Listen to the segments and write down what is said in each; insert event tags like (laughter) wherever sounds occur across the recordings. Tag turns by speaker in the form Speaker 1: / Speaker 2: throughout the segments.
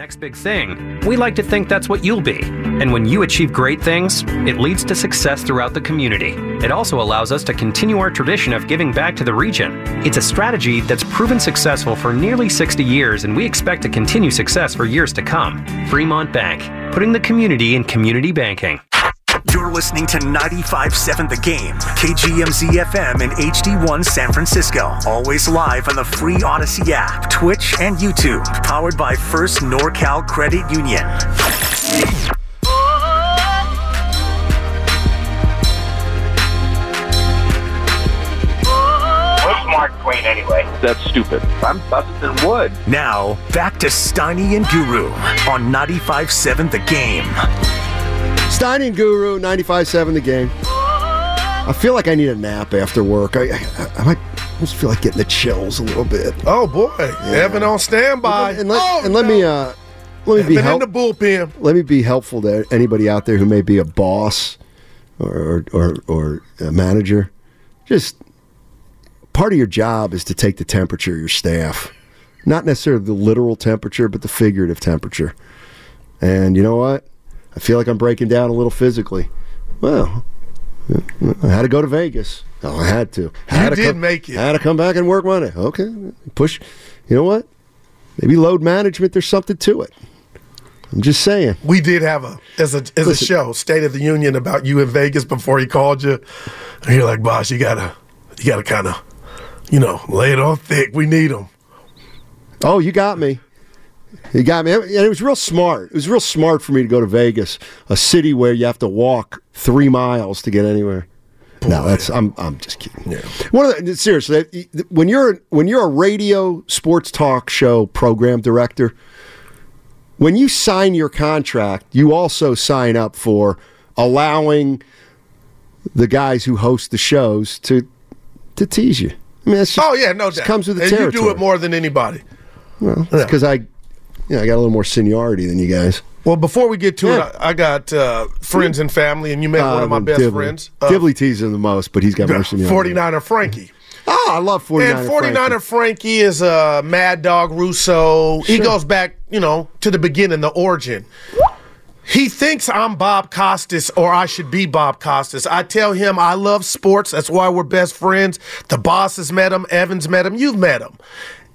Speaker 1: Next big thing. We like to think that's what you'll be. And when you achieve great things, it leads to success throughout the community. It also allows us to continue our tradition of giving back to the region. It's a strategy that's proven successful for nearly 60 years, and we expect to continue success for years to come. Fremont Bank, putting the community in community banking.
Speaker 2: You're listening to 95.7 The Game, KGMZ FM in HD1 San Francisco. Always live on the free Odyssey app, Twitch, and YouTube. Powered by First NorCal Credit Union.
Speaker 3: Who's Mark Twain anyway?
Speaker 4: That's stupid. I'm busting wood.
Speaker 2: Now, back to Steiny and Guru on 95.7 The Game.
Speaker 5: Stein and Guru, 95.7 the game. I feel like I need a nap after work. I, I, I might just feel like getting the chills a little bit.
Speaker 6: Oh boy, Evan on standby.
Speaker 5: And let,
Speaker 6: oh,
Speaker 5: and let me uh, let me
Speaker 6: Evan
Speaker 5: be
Speaker 6: in
Speaker 5: help,
Speaker 6: the bullpen.
Speaker 5: let me be helpful to anybody out there who may be a boss or or, or, or a manager. Just part of your job is to take the temperature of your staff, not necessarily the literal temperature, but the figurative temperature. And you know what? I feel like I'm breaking down a little physically. Well, I had to go to Vegas. Oh, I had to. Had to
Speaker 6: did
Speaker 5: come,
Speaker 6: make it.
Speaker 5: Had to come back and work Monday. Okay, push. You know what? Maybe load management. There's something to it. I'm just saying.
Speaker 6: We did have a as a as
Speaker 5: Listen.
Speaker 6: a show State of the Union about you in Vegas before he called you. And you're like, boss, you gotta you gotta kind of you know lay it on thick. We need him.
Speaker 5: Oh, you got me. You got me. And it was real smart. It was real smart for me to go to Vegas, a city where you have to walk three miles to get anywhere. No, that's I'm I'm just kidding. One of the, seriously, when you're when you're a radio sports talk show program director, when you sign your contract, you also sign up for allowing the guys who host the shows to to tease you. I mean, that's just,
Speaker 6: Oh yeah, no doubt.
Speaker 5: comes with the
Speaker 6: and you do
Speaker 5: territory.
Speaker 6: it more than anybody. Yeah.
Speaker 5: because I, you know, I got a little more seniority than you guys.
Speaker 6: Well, before we get to
Speaker 5: Yeah.
Speaker 6: it, I, I got uh, friends and family, and you met one of my
Speaker 5: Um,
Speaker 6: best
Speaker 5: Dibley.
Speaker 6: friends, uh,
Speaker 5: Dibley teases him the most, but he's got more seniority.
Speaker 6: 49er Frankie.
Speaker 5: Oh, I love 49.
Speaker 6: And 49er Frankie is a Mad Dog Russo. He
Speaker 5: Sure.
Speaker 6: goes back, you know, to the beginning, the origin. He thinks I'm Bob Costas or I should be Bob Costas. I tell him I love sports. That's why we're best friends. The boss has met him. Evans met him. You've met him.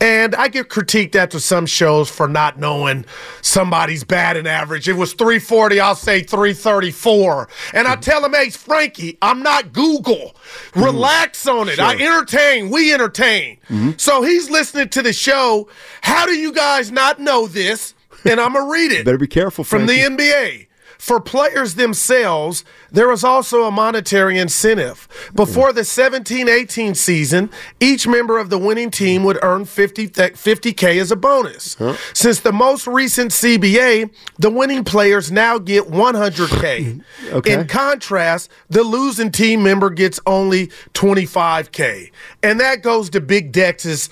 Speaker 6: And I get critiqued after some shows for not knowing somebody's batting average. It was 340, I'll say 334. And I tell him, hey, Frankie, I'm not Google. Relax on it. I entertain. We entertain.
Speaker 5: Mm-hmm.
Speaker 6: So he's listening to the show. How do you guys not know this? And I'm going to read it.
Speaker 5: Better be careful,
Speaker 6: From the
Speaker 5: Frankie.
Speaker 6: NBA. For players themselves, there is also a monetary incentive. Before the 17 18 season, each member of the winning team would earn 50 th- 50K as a bonus. Since the most recent CBA, the winning players now get 100K.
Speaker 5: Okay.
Speaker 6: In contrast, the losing team member gets only 25K. And that goes to Big Dex's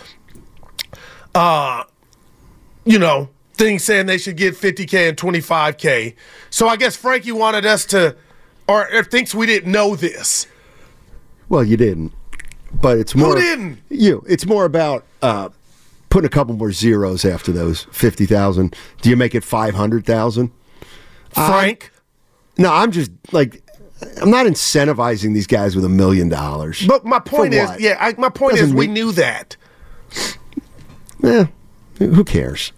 Speaker 6: you know, things saying they should get 50K and 25K. So I guess Frankie wanted us to, or, or thinks we didn't know this.
Speaker 5: Well, you didn't, but it's more
Speaker 6: didn't?
Speaker 5: you. It's more about uh, putting a couple more zeros after those fifty thousand. Do you make it five hundred thousand?
Speaker 6: Frank.
Speaker 5: No, I'm just like I'm not incentivizing these guys with a million dollars.
Speaker 6: But my point
Speaker 5: For
Speaker 6: is,
Speaker 5: what?
Speaker 6: yeah, I, my point is
Speaker 5: Doesn't
Speaker 6: we
Speaker 5: mean-
Speaker 6: knew that.
Speaker 5: Eh, who cares?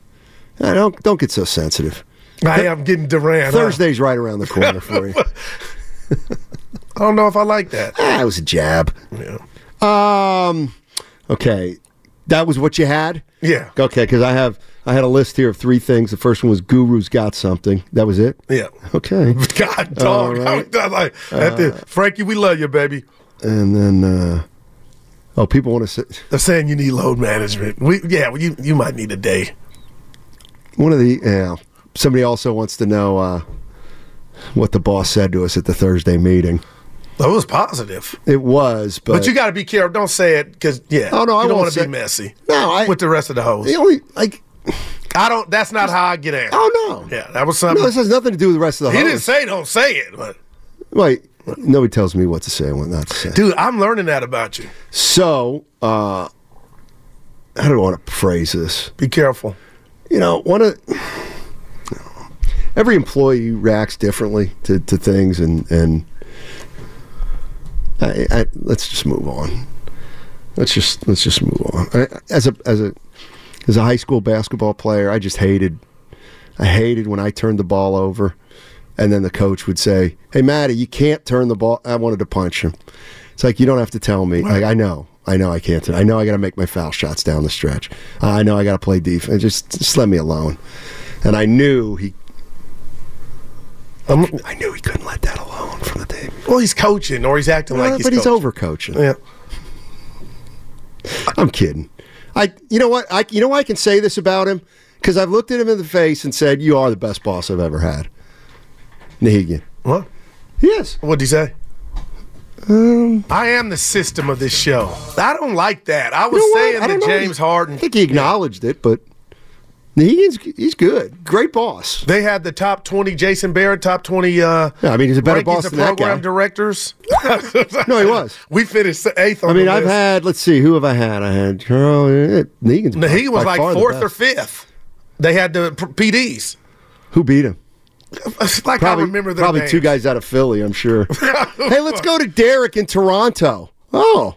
Speaker 5: I don't don't get so sensitive.
Speaker 6: I am getting Duran. huh?
Speaker 5: Thursday's right around the corner
Speaker 6: (laughs)
Speaker 5: for you.
Speaker 6: I don't know if I like that.
Speaker 5: Ah, it was a jab.
Speaker 6: Yeah.
Speaker 5: Um, okay, that was what you had.
Speaker 6: Yeah.
Speaker 5: Okay, because I have I had a list here of three things. The first one was Guru's got something. That was it.
Speaker 6: Yeah.
Speaker 5: Okay,
Speaker 6: (laughs) God, dog. (laughs)
Speaker 5: All right. Uh,
Speaker 6: I was like, that's it. Frankie, we love you, baby.
Speaker 5: and then uh, oh, people want to sit.
Speaker 6: They're saying you need load management. We, yeah, well, you you might need a day.
Speaker 5: One of the yeah. Somebody also wants to know uh, what the boss said to us at the Thursday meeting.
Speaker 6: That was positive,
Speaker 5: It was, but,
Speaker 6: but, you got to be careful. Don't say it because yeah.
Speaker 5: Oh, no, I
Speaker 6: you
Speaker 5: won't
Speaker 6: don't wanna
Speaker 5: say-
Speaker 6: be messy.
Speaker 5: No, I-
Speaker 6: with the rest of the hoes.
Speaker 5: the only like
Speaker 6: I don't. That's not how I get out.
Speaker 5: oh no,
Speaker 6: Yeah, that was
Speaker 5: no,
Speaker 6: something.
Speaker 5: this has nothing to do with the rest of the.
Speaker 6: Um, he
Speaker 5: host.
Speaker 6: didn't say don't say it, but
Speaker 5: Wait, nobody tells me what to say and what not to say.
Speaker 6: dude, I'm learning that about you.
Speaker 5: So, uh, how do I want to phrase this?
Speaker 6: Be careful.
Speaker 5: You know, one of every employee reacts differently to, to things, and and I, I, let's just move on. Let's just let's just move on. I, as a as a as a high school basketball player, I just hated I hated when I turned the ball over, and then the coach would say, "Hey, Matty, you can't turn the ball." I wanted to punch him. It's like you don't have to tell me. Like I know, I know, I can't. I know I got to make my foul shots down the stretch. I know I got to play defense. Just, just let me alone. And I knew he.
Speaker 6: I'm-
Speaker 5: I knew he couldn't let that alone from the day.
Speaker 6: well, he's coaching or he's acting like
Speaker 5: Uh,
Speaker 6: he's
Speaker 5: but he's
Speaker 6: coaching.
Speaker 5: over coaching.
Speaker 6: Yeah.
Speaker 5: I'm kidding. I, you know what? I, you know why I can say this about him because I've looked at him in the face and said, "You are the best boss I've ever had." Nahigian.
Speaker 6: What?
Speaker 5: Yes.
Speaker 6: What'd he say?
Speaker 5: Um,
Speaker 6: I am the system of this show. I don't like that. I was
Speaker 5: You know what?
Speaker 6: saying
Speaker 5: I don't
Speaker 6: that
Speaker 5: know.
Speaker 6: James Harden.
Speaker 5: I think he acknowledged it, but he's he's good, great
Speaker 6: (laughs)
Speaker 5: boss.
Speaker 6: They had the top twenty. Jason Barrett, top twenty. Uh,
Speaker 5: Yeah, I mean, he's a better
Speaker 6: rankings
Speaker 5: boss
Speaker 6: of
Speaker 5: than that
Speaker 6: program
Speaker 5: guy.
Speaker 6: directors.
Speaker 5: No, he was.
Speaker 6: We finished eighth. On
Speaker 5: I mean,
Speaker 6: the
Speaker 5: I've
Speaker 6: list.
Speaker 5: had. Let's see, who have I had? I had Carl eh, Negan's.
Speaker 6: No, he
Speaker 5: by-
Speaker 6: was
Speaker 5: by
Speaker 6: like
Speaker 5: far the
Speaker 6: fourth or
Speaker 5: best.
Speaker 6: fifth. They had the p- PDs.
Speaker 5: Who beat him?
Speaker 6: It's (laughs) like
Speaker 5: Probably
Speaker 6: I remember their
Speaker 5: probably two
Speaker 6: names.
Speaker 5: guys out of Philly. I'm
Speaker 6: (laughs)
Speaker 5: sure. hey, let's go to Derek in Toronto. Oh,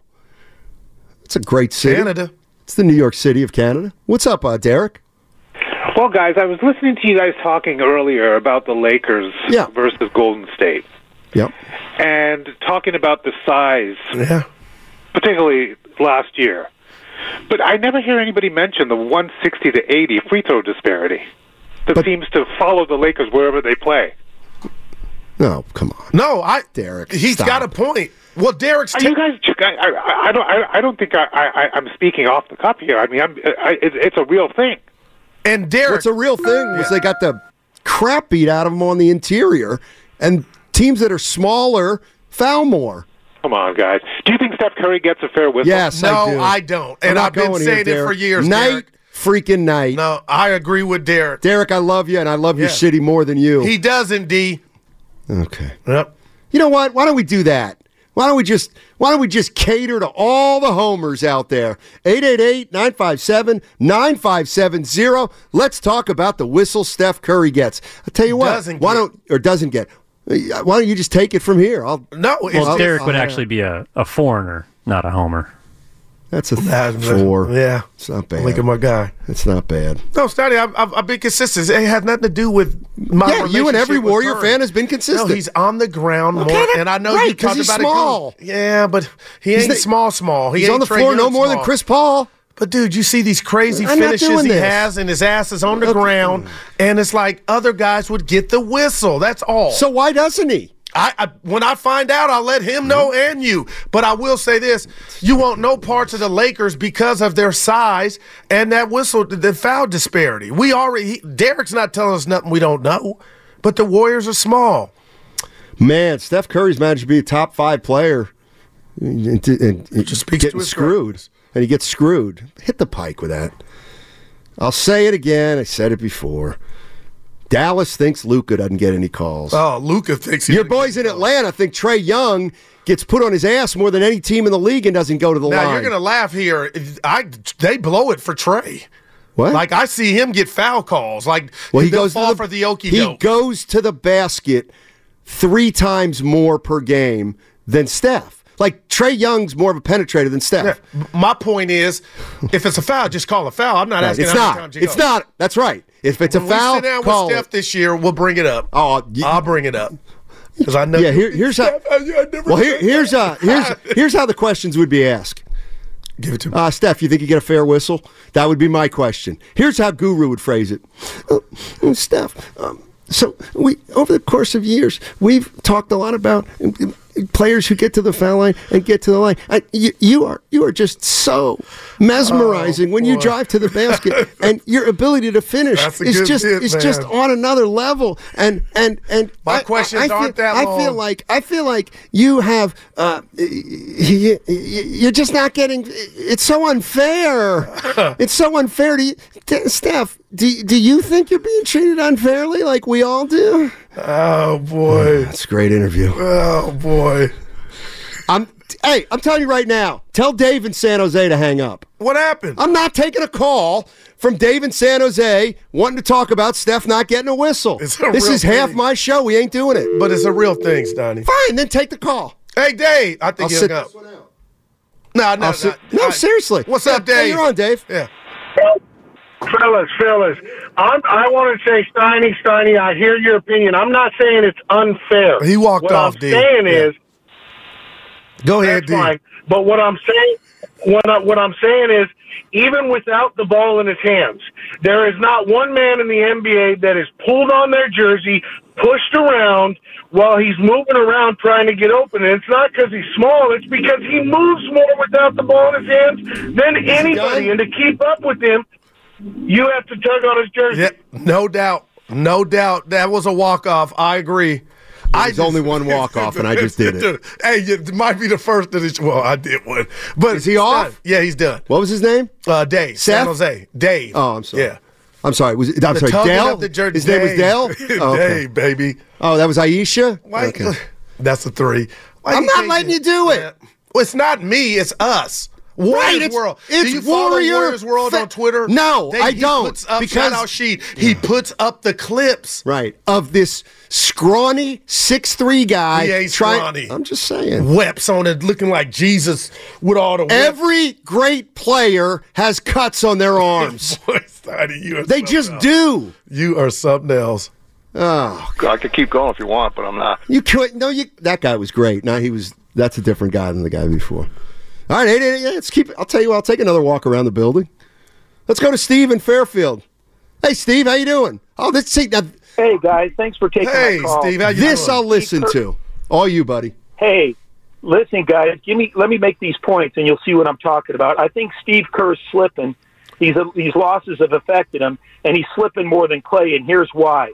Speaker 5: it's a great city.
Speaker 6: Canada.
Speaker 5: It's the New York City of Canada. What's up, uh, Derek?
Speaker 3: Well, guys, I was listening to you guys talking earlier about the Lakers
Speaker 5: Yeah.
Speaker 3: versus Golden State
Speaker 5: Yep.
Speaker 3: and talking about the size,
Speaker 6: Yeah.
Speaker 3: particularly last year. But I never hear anybody mention the 160 to 80 free throw disparity that
Speaker 5: But-
Speaker 3: seems to follow the Lakers wherever they play.
Speaker 5: No, come on.
Speaker 6: No, I
Speaker 5: Derek,
Speaker 6: He's
Speaker 5: stop.
Speaker 6: got a point. Well, Derek's.
Speaker 3: Are
Speaker 6: te-
Speaker 3: you guys? I, I, I don't. I, I don't think I, I, I'm speaking off the cuff here. I mean, I'm. I, it, it's a real thing.
Speaker 6: and Derek.
Speaker 5: What's a real thing was they got the crap beat out of them on the interior, and teams that are smaller foul more.
Speaker 3: Come on, guys. Do you think Steph Curry gets a fair whistle?
Speaker 5: Yes,
Speaker 6: No,
Speaker 5: I do.
Speaker 6: I don't.
Speaker 5: I'm
Speaker 6: And
Speaker 5: not
Speaker 6: I've been
Speaker 5: going
Speaker 6: saying it for
Speaker 5: Derek.
Speaker 6: years,
Speaker 5: Night freaking night.
Speaker 6: no, I agree with Derek.
Speaker 5: Derek, I love you, and I love your
Speaker 6: Yeah.
Speaker 5: city more than you.
Speaker 6: He doesn't. D.
Speaker 5: okay.
Speaker 6: Yep.
Speaker 5: You know what? Why don't we do that? Why don't we just why don't we just cater to all the homers out there? 888-957-9570. Let's talk about the whistle Steph Curry gets. I'll tell you what.
Speaker 6: Doesn't
Speaker 5: why
Speaker 6: get.
Speaker 5: don't or doesn't get. Why don't you just take it from here? I'll
Speaker 6: No, it's
Speaker 5: Well,
Speaker 6: Derek.
Speaker 7: Derek would actually be a, a foreigner, not a homer.
Speaker 5: That's a four.
Speaker 6: Yeah.
Speaker 5: It's not bad.
Speaker 6: Look at my guy.
Speaker 5: It's not bad.
Speaker 6: No, Stoney, I've, I've, I've been consistent. It has nothing to do with my.
Speaker 5: Yeah, you and every
Speaker 6: relationship with
Speaker 5: Warrior
Speaker 6: Curry.
Speaker 5: fan has been consistent.
Speaker 6: No, he's on the ground
Speaker 5: Okay,
Speaker 6: more,
Speaker 5: that-
Speaker 6: and I know
Speaker 5: right,
Speaker 6: you
Speaker 5: 'cause
Speaker 6: talked
Speaker 5: he's
Speaker 6: about
Speaker 5: small.
Speaker 6: it. Goose. Yeah, but he ain't
Speaker 5: the-
Speaker 6: small, small. oh, He
Speaker 5: He's
Speaker 6: ain't
Speaker 5: on the
Speaker 6: Trae
Speaker 5: floor no
Speaker 6: Young
Speaker 5: more than
Speaker 6: small.
Speaker 5: Chris Paul.
Speaker 6: But dude, you see these crazy
Speaker 5: I'm not
Speaker 6: finishes
Speaker 5: doing
Speaker 6: he
Speaker 5: this.
Speaker 6: has, and his ass is on the
Speaker 5: Okay.
Speaker 6: ground, and it's like other guys would get the whistle. That's all.
Speaker 5: So why doesn't he?
Speaker 6: I, I when I find out, I'll let him know and you. But I will say this: you won't know parts of the Lakers because of their size and that whistle, the foul disparity. We already he, Derek's not telling us nothing we don't know, but the Warriors are small.
Speaker 5: Man, Steph Curry's managed to be a top five player, and, and, and
Speaker 6: Just speaks
Speaker 5: getting
Speaker 6: to his
Speaker 5: screwed,
Speaker 6: greatness.
Speaker 5: and he gets screwed. Hit the pike with that. I'll say it again. I said it before. Dallas thinks Luca doesn't get any calls.
Speaker 6: Oh, Luca thinks he's
Speaker 5: Your boys in Atlanta think Trey Young gets put on his ass more than any team in the league and doesn't go to the
Speaker 6: Now
Speaker 5: line.
Speaker 6: you're gonna laugh here. I they blow it for Trey.
Speaker 5: what?
Speaker 6: Like I see him get foul calls. Like
Speaker 5: Well, he
Speaker 6: they'll
Speaker 5: goes
Speaker 6: fall
Speaker 5: to the,
Speaker 6: for the okey
Speaker 5: He goes to the basket three times more per game than Steph. Like Trey Young's more of a penetrator than Steph.
Speaker 6: My point is, if it's a foul, just call a foul. I'm not
Speaker 5: Right.
Speaker 6: asking
Speaker 5: It's
Speaker 6: how many
Speaker 5: not.
Speaker 6: times you
Speaker 5: It's
Speaker 6: go.
Speaker 5: not. That's right. If it's
Speaker 6: when
Speaker 5: a foul,
Speaker 6: we sit down
Speaker 5: call
Speaker 6: with
Speaker 5: it.
Speaker 6: Steph this year, we'll bring it up.
Speaker 5: Oh,
Speaker 6: I'll bring it up because I know.
Speaker 5: Yeah, here, here's how.
Speaker 6: Steph, I- I never
Speaker 5: Well, here,
Speaker 6: said
Speaker 5: here's uh,
Speaker 6: that. (laughs)
Speaker 5: here's here's how the questions would be asked.
Speaker 6: Give it to me.
Speaker 5: Uh, Steph, you think you get a fair whistle? That would be my question. Here's how Guru would phrase it. Uh, uh, Steph, um, so we over the course of years, we've talked a lot about um, um, players who get to the foul line and get to the line. I, you, you are you are just so mesmerizing when you
Speaker 6: Oh, boy.
Speaker 5: drive to the basket, and your ability to finish
Speaker 6: (laughs) That's a
Speaker 5: is
Speaker 6: good
Speaker 5: just
Speaker 6: bit,
Speaker 5: is just
Speaker 6: man.
Speaker 5: on another level. And and and
Speaker 6: My questions
Speaker 5: feel-
Speaker 6: aren't that
Speaker 5: I feel
Speaker 6: long.
Speaker 5: like I feel like you have uh, y- y- y- you're just not getting. It's so
Speaker 6: (laughs)
Speaker 5: unfair. it's so unfair to you, T- Steph. Do do you think you're being treated unfairly like we all do?
Speaker 6: Oh boy.
Speaker 5: That's a great interview.
Speaker 6: Oh boy.
Speaker 5: I'm hey, I'm telling you right now. Tell Dave in San Jose to hang up.
Speaker 6: What happened?
Speaker 5: I'm not taking a call from Dave in San Jose wanting to talk about Steph not getting a whistle.
Speaker 6: It's a
Speaker 5: this
Speaker 6: real
Speaker 5: is half
Speaker 6: thing.
Speaker 5: my show. We ain't doing it.
Speaker 6: but it's a real thing, Donnie.
Speaker 5: Fine, then take the call.
Speaker 6: Hey, Dave. I
Speaker 5: I'll
Speaker 6: think you
Speaker 5: sit-
Speaker 6: up. No, no,
Speaker 5: I'll
Speaker 6: no.
Speaker 5: sit- Oh, no,
Speaker 6: I-
Speaker 5: seriously.
Speaker 6: What's
Speaker 5: Yeah,
Speaker 6: up,
Speaker 5: yeah,
Speaker 6: Dave?
Speaker 5: you're on, Dave.
Speaker 6: Yeah.
Speaker 8: Fellas, fellas, I'm, I want to say, Steiny, Steiny, I hear your opinion. I'm not saying it's unfair.
Speaker 6: He walked
Speaker 8: what
Speaker 6: off,
Speaker 8: I'm
Speaker 6: dude.
Speaker 8: saying
Speaker 6: Yeah.
Speaker 8: is,
Speaker 6: Go ahead,
Speaker 8: that's
Speaker 6: Dave.
Speaker 8: fine. But what I'm saying, what, I, what I'm saying is, even without the ball in his hands, there is not one man in the NBA that is pulled on their jersey, pushed around while he's moving around trying to get open. And it's not because he's small; it's because he moves more without the ball in his hands than anybody. And to keep up with him, you have to tug on his jersey.
Speaker 6: Yeah, no doubt. No doubt. That was a walk off. I agree. I
Speaker 5: There's only one walk-off, and I just did it.
Speaker 6: Dude, (laughs) hey, it might be the first of this. Well, I did one, but
Speaker 5: Is he
Speaker 6: he's
Speaker 5: off?
Speaker 6: done. Yeah, he's done.
Speaker 5: What was his name?
Speaker 6: Uh, Dave,
Speaker 5: Seth?
Speaker 6: San Jose, Dave.
Speaker 5: Oh, I'm sorry.
Speaker 6: Yeah,
Speaker 5: I'm sorry. Was it, I'm
Speaker 6: The
Speaker 5: sorry.
Speaker 6: tugging
Speaker 5: Dale.
Speaker 6: of the jer-
Speaker 5: His name was
Speaker 6: (laughs)
Speaker 5: Dale. Oh, okay.
Speaker 6: Dave, baby.
Speaker 5: Oh, that was Aisha.
Speaker 6: Why-
Speaker 5: Okay.
Speaker 6: (laughs) That's a three. Why
Speaker 5: I'm
Speaker 6: you
Speaker 5: not
Speaker 6: can't
Speaker 5: letting
Speaker 6: just-
Speaker 5: you do it.
Speaker 6: Yeah. Well, it's not me. It's us. Warriors
Speaker 5: it's-
Speaker 6: World.
Speaker 5: it's
Speaker 6: do you follow
Speaker 5: Warrior
Speaker 6: Warriors World
Speaker 5: fa-
Speaker 6: on Twitter?
Speaker 5: No, I
Speaker 6: he
Speaker 5: don't,
Speaker 6: Puts up,
Speaker 5: because-
Speaker 6: shout out sheet. He puts up the clips.
Speaker 5: Right. Of this scrawny six three guy.
Speaker 6: He ain't
Speaker 5: try-
Speaker 6: scrawny.
Speaker 5: I'm just saying.
Speaker 6: Weps on it, looking like Jesus with all the (laughs)
Speaker 5: Every great player has cuts on their
Speaker 6: (laughs)
Speaker 5: arms.
Speaker 6: Boys, Donnie, you are
Speaker 5: they
Speaker 6: something
Speaker 5: just
Speaker 6: else.
Speaker 5: do.
Speaker 6: You are something else.
Speaker 5: Oh,
Speaker 4: I could keep going if you want, but I'm not.
Speaker 5: you couldn't. No, you. That guy was great. Now he was. That's a different guy than the guy before. All right, eight, eight, eight, let's keep. I'll tell you. what, I'll take another walk around the building. Let's go to Steve in Fairfield. Hey, Steve, how you doing? Oh, this see now.
Speaker 8: Hey guys, thanks for taking
Speaker 6: Hey,
Speaker 8: my call.
Speaker 6: Steve, how you
Speaker 5: This
Speaker 6: doing?
Speaker 5: I'll listen to. All you, buddy.
Speaker 8: Hey, listen guys, give me let me make these points and you'll see what I'm talking about. I think Steve Kerr's slipping. These these losses have affected him and he's slipping more than Clay and here's why.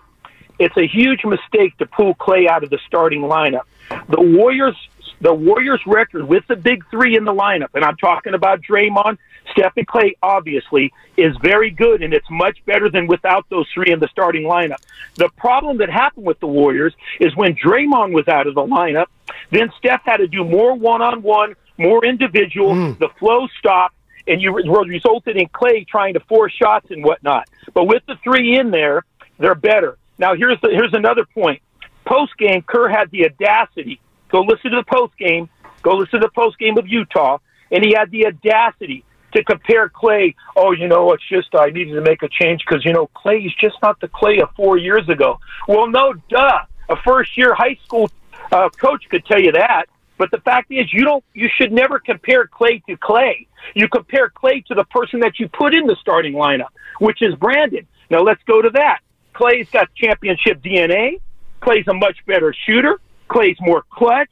Speaker 8: It's a huge mistake to pull Clay out of the starting lineup. The Warriors the Warriors record with the big 3 in the lineup and I'm talking about Draymond, Steph and Clay obviously is very good and it's much better than without those three in the starting lineup. The problem that happened with the Warriors is when Draymond was out of the lineup, then Steph had to do more one-on-one, more individual, the flow stopped and you resulted in Clay trying to force shots and whatnot. But with the three in there, they're better. Now here's the, here's another point. Post game, Kerr had the audacity. Go listen to the post game. Go listen to the post game of Utah, and he had the audacity to compare Clay. Oh, you know, it's just I needed to make a change because you know Clay's just not the Clay of four years ago. Well, no, duh. A first year high school uh, coach could tell you that. But the fact is, you don't. You should never compare Clay to Clay. You compare Clay to the person that you put in the starting lineup, which is Brandon. Now let's go to that. Clay's got championship DNA. Clay's a much better shooter. Clay's more clutch.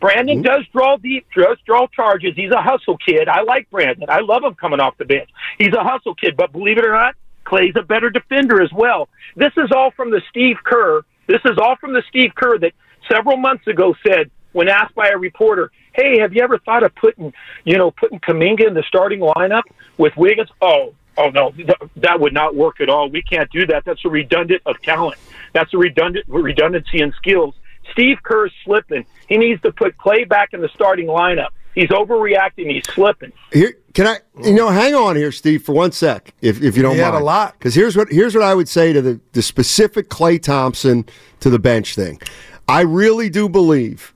Speaker 8: Brandon does draw deep, does draw charges. He's a hustle kid. I like Brandon. I love him coming off the bench. He's a hustle kid, but believe it or not, Clay's a better defender as well. This is all from the Steve Kerr. This is all from the Steve Kerr that several months ago said when asked by a reporter, "Hey, have you ever thought of putting, you know, putting Kaminga in the starting lineup with Wiggins?" Oh, oh no, th- that would not work at all. We can't do that. That's a redundant of talent. That's a redundant redundancy in skills. Steve Kerr's slipping. He needs to put Clay back in the starting lineup. He's overreacting. He's slipping.
Speaker 5: Here, can I? You know, hang on here, Steve, for one sec, if if you don't
Speaker 6: He Mm. had
Speaker 5: mind.
Speaker 6: a lot.
Speaker 5: Because here's what here's what I would say to the the specific Clay Thompson to the bench thing. I really do believe